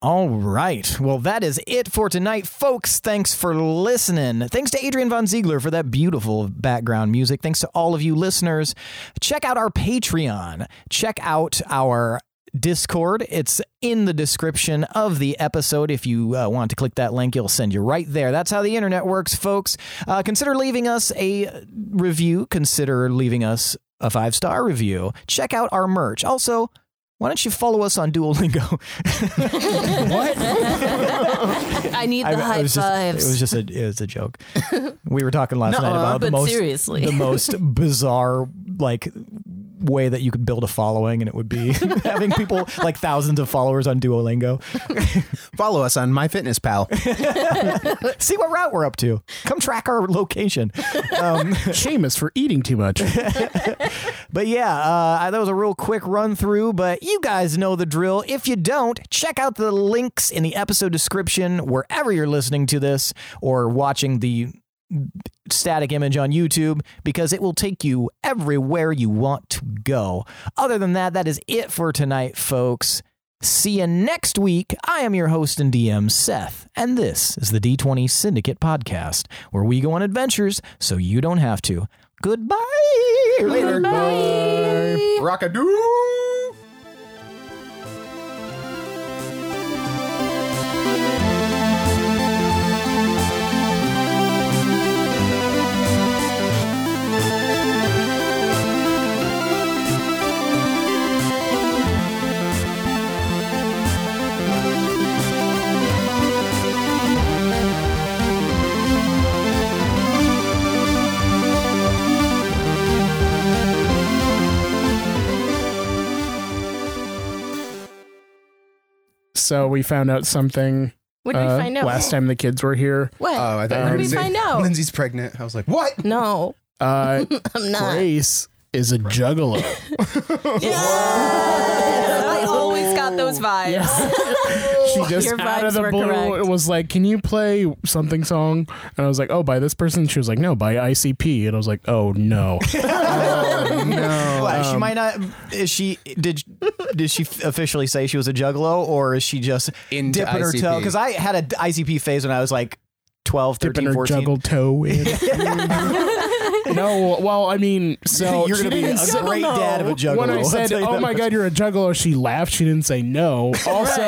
All right. Well, that is it for tonight, folks. Thanks for listening. Thanks to Adrian Von Ziegler for that beautiful background music. Thanks to all of you listeners. Check out our Patreon. Check out our Discord. It's in the description of the episode. If you uh, want to click that link, it'll send you right there. That's how the internet works, folks. Uh, consider leaving us a review, consider leaving us a five star review. Check out our merch. Also, why don't you follow us on Duolingo? [LAUGHS]
[LAUGHS] I need the high
it was just,
fives.
It was just a, it was a joke. We were talking last night about the
but
most,
seriously.
the
[LAUGHS]
most bizarre like way that you could build a following, and it would be [LAUGHS] having people like thousands of followers on Duolingo.
Follow us on [LAUGHS] MyFitnessPal.
See what route we're up to. Come track our location.
Seamus for eating too much.
[LAUGHS]
But yeah, uh, that was a real quick run through, but you guys know the drill. If you don't, check out the links in the episode description wherever you're listening to this or watching the static image on YouTube because it will take you everywhere you want to go. Other than that, that is it for tonight, folks. See you next week. I am your host and DM, Seth, and this is the D20 Syndicate podcast where we go on adventures so you don't have to. Goodbye. Later.
Rockadoo!
so we found out something
What did
uh,
we find out?
last time the kids were here.
What?
Oh, I thought
What did we
Lindsay-
find out?
Lindsay's pregnant. I was like, what?
[LAUGHS] no, [LAUGHS]
Uh,
I'm not.
Grace is a
[LAUGHS]
juggalo.
I always got those vibes. [LAUGHS]
she just
Your
out of
vibes
the
were
blue
correct.
it was like, "Can you play something song?" And I was like, "Oh, by this person." She was like, "No, by ICP." And I was like, "Oh
[LAUGHS]
no."
Well, she might not. Is she did? Did she officially say she was a juggalo, or is she just
Into
dipping her toe?
ICP.
Because I had a ICP phase when I was like 12, 13,
dipping her
14.
juggle toe
[LAUGHS]
in. no, well, I mean,
[LAUGHS]
so
You're gonna
she
be
didn't
a
say-
great dad of a juggalo.
When I
I'll
said,
tell you
"Oh
that
my
much."
god, you're a juggalo," she laughed. She didn't say no.
[LAUGHS]
Also,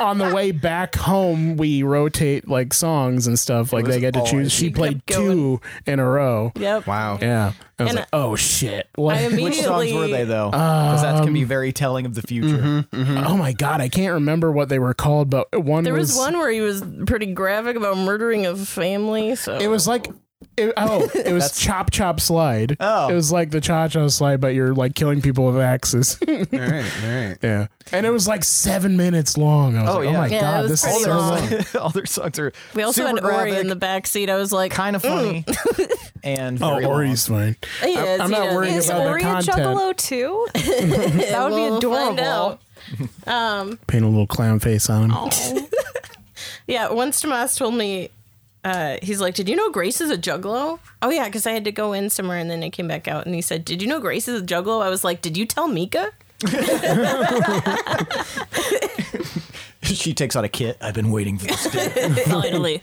on the way back home, we rotate like songs and stuff. Like they
was
get to
always-
choose. She played
kept going.
two in a row.
Yep.
Wow.
Yeah, I was
And
like, "Oh shit!" What?
I
which
immediately.
songs were they though? Because that can be very telling of the future.
[LAUGHS] oh my god, I can't remember what they were called, but one
There was
was
one where he was pretty graphic about murdering a family. So
It was like. It,
[LAUGHS]
oh, it was chop chop slide.
Oh.
it was like the cha cha slide, but you're like killing people with
[LAUGHS]
axes.
All right, all right.
Yeah. And it was like seven minutes long. I was
Oh,
like,
yeah.
oh my
Yeah, it
God,
was
this is
pretty
so
long.
long.
[LAUGHS] All their songs are
we also
super
had
graphic,
Ori in the back seat. I was like,
kind of funny, and very
Oh,
long.
Ori's fine.
"Hey,
I'm- I'm
he
not
does
worried
it."
about the
Ori a
content.
Juggalo
[LAUGHS]
too?
that
would be adorable.
Um, Oh.
Paint a little clown face on him.
yeah, once Tomas told me uh, he's like, "Did you know Grace is a juggalo?" Oh yeah, because I had to go in somewhere and then I came back out, and he said, "Did you know Grace is a juggalo?" I was like, "Did you tell Mika?"
[LAUGHS] she takes out a kit. I've been waiting [LAUGHS] for this. day.
Finally,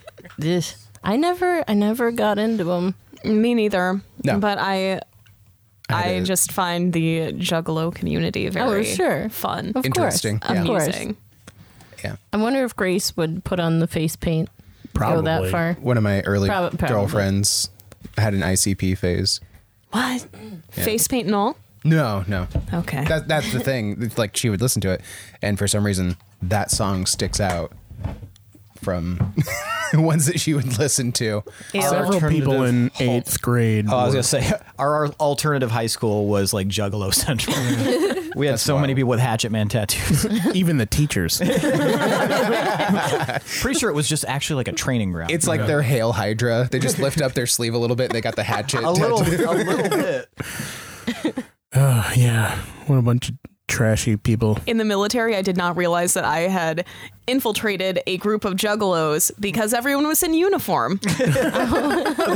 I never, I never got into him.
Me neither.
No.
But I I,
did.
just find the juggalo community very
Oh,
sure.
fun.
Of
Interesting,
course,
yeah.
of course.
Amusing.
I wonder if Grace would put on the face paint.
Probably.
Go that far.
One of my early
Prob- probably.
girlfriends had an ICP phase.
What? Face paint and all?
No, no.
Okay.
That, that's the thing. It's like she would listen to it, and for some reason, that song sticks out from [LAUGHS] ones that she would listen to.
Several people in eighth grade.
Oh, I was
were-
gonna say [LAUGHS] our, our alternative high school was like Juggalo [LAUGHS] Central. we had so many people with Hatchet Man tattoos. [LAUGHS]
even the teachers.
Pretty sure it was just actually like a training ground.
It's like their Hail Hydra. They just lift up their sleeve a little bit and they got the
[LAUGHS]
hatchet.
a little, a little
[LAUGHS]
bit.
oh yeah, what a bunch of trashy people.
in the military, I did not realize that I had infiltrated a group of juggalos because everyone was in uniform.
They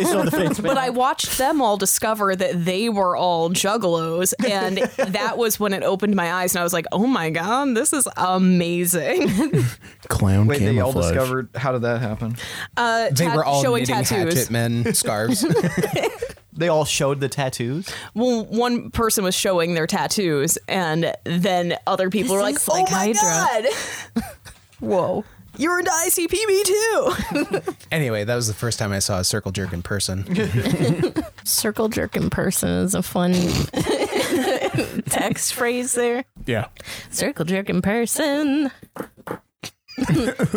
saw the face
But I watched them all discover that they were all juggalos. And that was when it opened my eyes. And I was like, oh my God, this is amazing. [LAUGHS]
Clown
Wait, they all
camouflage.
discovered. How did that happen?
Uh,
They
tat-
were all
showing
knitting
tattoos.
hatchet men scarves.
They all showed the tattoos.
Well, one person was showing their tattoos, and then other people were like,
is
oh
like
my
Hydra."
God. Whoa. You're into ICP, me too.
anyway, that was the first time I saw a circle jerk in person.
Circle jerk in person is a [LAUGHS] fun text phrase there.
Yeah.
Circle jerk in [LAUGHS] person.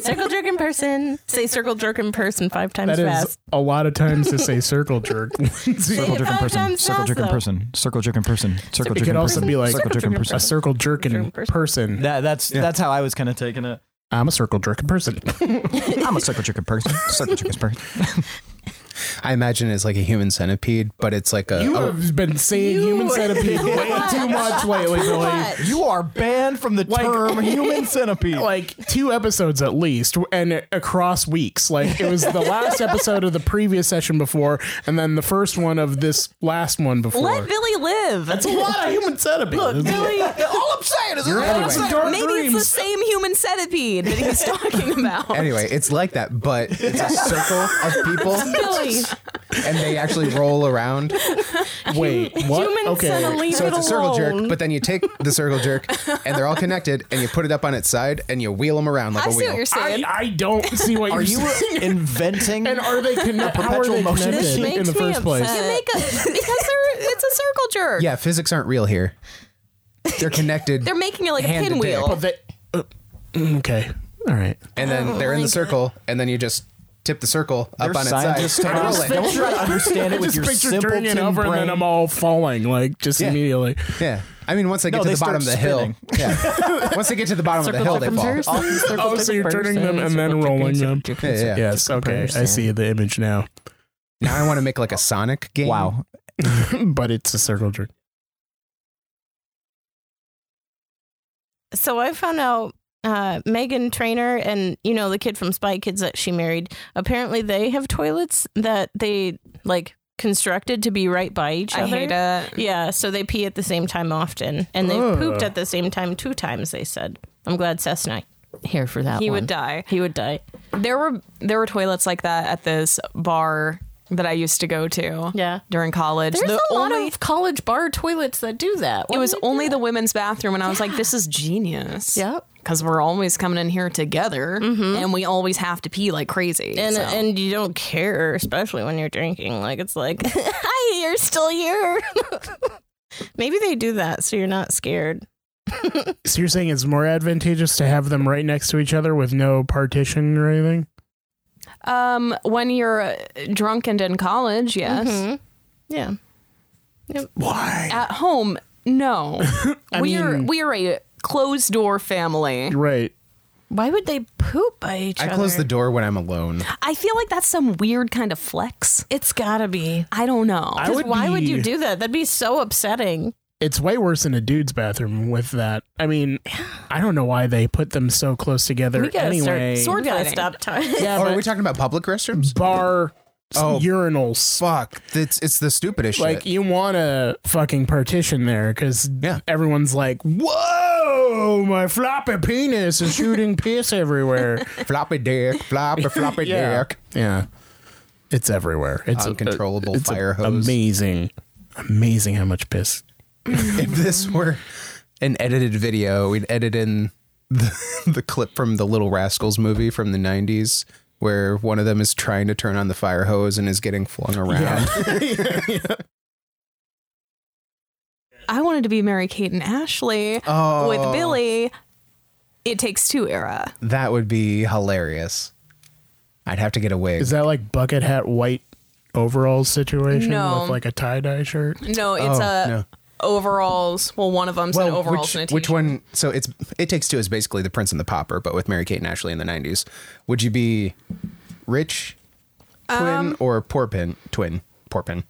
circle jerk in person. Say circle jerk in person five times
That is
fast.
a lot of times to
[LAUGHS]
say circle jerk. [LAUGHS]
Circle jerk in
five
person.
times
Circle
fast,
jerk in
though.
person. Circle jerk in person. Circle jerk
It
in
could also
person.
be like
Circle jerk in person.
a circle jerk in person.
That, that's that's how I was kind of taking it.
I'm a circle jerk in person.
I'm a circle jerk in person. Circle jerk in person.
I imagine it's like a human centipede, but it's like a.
You
a-
have been saying human centipede way too much lately, Billy.
You are banned from the
Like-
term human [LAUGHS] centipede.
Like two episodes at least, and across weeks. Like it was the last episode of the previous session before, and then the first one of this last one before.
Let Billy live.
That's a lot of human centipede.
Billy,
all I'm saying is,
That's some dark
maybe it's the
dreams.
same human centipede
[LAUGHS]
that he's talking about.
[LAUGHS] Anyway, it's like that, but it's a circle of people,
Billy.
and they actually roll around.
Wait, what?
Human
okay.
centipede. Leave
So
it
it's a circle
alone.
jerk, but then you take the circle jerk, and they're all connected, and you put it up on its side, and you wheel them around like
I
a
see what
wheel.
you're
I,
saying.
I don't see what
are
you're
you [LAUGHS]
saying.
inventing?
And are they connected? How are
perpetual
they
motion
connected
This
in the first place?
You make a, because they're, it's a circle jerk.
Yeah, physics aren't real here.
[LAUGHS]
They're connected,
They're making it like
Hand
a
to
pinwheel.
But they, uh, okay. All right.
and then they're in the circle, and then you just tip the circle
They're
up on its side.
scientists
and [LAUGHS]
to
roll
us.
it.
Don't
[LAUGHS]
try to understand it with your simpleton
turning it over
brain.
and then I'm all falling like just
Yeah.
immediately.
Yeah. I mean, once they get
No,
to
they
the bottom of the
start
hill.
[LAUGHS]
Yeah. once they get to the bottom
Circle
of the hill,
jerk
they
in
fall.
person. Circle
Oh,
jerk
so
in
you're turning them
person.
and then
Circle jerk in
rolling
circle
them.
jerk in
Yeah, yeah.
Yes. Okay. I see the image now, [LAUGHS]
Now I want to make like a Sonic game.
Wow.
but it's a circle jerk.
so I found out uh, Megan Trainer and you know the kid from Spy Kids that she married. Apparently, they have toilets that they like constructed to be right by each
I
other.
hate it.
Yeah, so they pee at the same time often, and they
Ugh.
have pooped at the same time two times. They said, "I'm glad Seth's not here for that."
He
one.
would die.
He would die.
There were there were toilets like that at this bar that I used to go to.
Yeah.
During college.
There's
The
a lot
only-
of college bar toilets that do that. Why
it was
do they do
only
that?
the women's bathroom and I was like, this is genius.
Yep.
Because we're always coming in here together
Mm-hmm.
and we always have to pee like crazy.
And,
so.
and you don't care, especially when you're drinking. Like it's like, [LAUGHS] hi, you're still here. [LAUGHS] Maybe they do that so you're not [LAUGHS] scared.
So you're saying it's more advantageous to have them right next to each other with no partition or anything?
um, when you're uh, drunk and in college, yes.
Mm-hmm.
Mm-hmm. Yeah.
Why?
Uh,
At home,
[LAUGHS]
no.
I
we are
mean-
we are a closed door family.
Right.
Why would they poop by each
I
other?
close the door when I'm alone.
I feel like that's some weird kind of flex.
It's gotta be.
I don't know.
I
'Cause
would
why would
be-
you do that? That'd be so upsetting.
It's way worse in a dude's bathroom with that. I mean, I don't know why they put them so close together
we gotta
anyway.
start. Sword
We gotta
fighting.
stop
time.
Yeah,
Oh, are
but
we talking about public restrooms?
bar
Oh.
urinals.
Fuck. It's, it's the stupidest
Like
shit.
you want a fucking partition there because
Yeah.
everyone's like, "Whoa, my floppy penis is
[LAUGHS]
shooting piss everywhere."
floppy dick, floppy, floppy
yeah.
dick.
Yeah. It's everywhere. It's
Uncontrollable
it's
fire hose.
Amazing. Amazing how much piss.
if this were an edited video, we'd edit in the, [LAUGHS] the clip from the Little Rascals movie from the 90s where one of them is trying to turn on the fire hose and is getting flung around.
I wanted to be Mary Kate and Ashley
Oh.
[LAUGHS] with Billy. It takes two era.
That would be hilarious. I'd have to get a wig.
Is that like bucket hat white overalls situation
No.
with like a tie dye shirt?
No, it's
Oh,
a
no.
overalls. Well, one of them's an overalls
which,
and a t-shirt.
which one? So it's It Takes Two is basically The Prince and the Popper, but with Mary Kate and Ashley in the 90s. Would you be rich twin or poor pin twin? Porpin.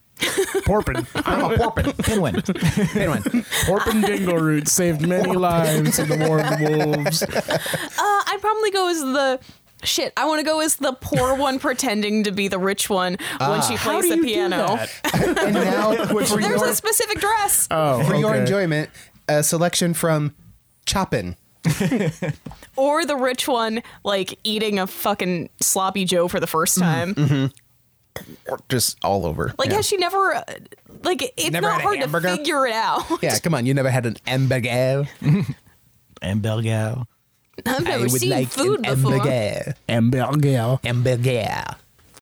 Porpin.
I'm a [LAUGHS] porpin.
Pinwin.
Anyway,
Porpin Dingle Root saved many lives in the War of the Wolves.
Uh, I'd probably go as the shit. I want to go as the poor one [LAUGHS] pretending to be the rich one when
Ah.
she plays the piano.
and now for
There's
your-
a specific dress.
Oh,
for your
okay.
enjoyment, a selection from Chopin.
or the rich one like eating a fucking sloppy joe for the first time.
Or just all over.
Like
yeah.
has she never uh, like it- it's
Never
not
had a
hard to
hamburger?
figure it out. [LAUGHS]
yeah, come on. You never had an hamburger.
and Belgao.
I've
I
never
would
seen
like
food
an
before.
hamburger.
Amber Gale.
Hamburger.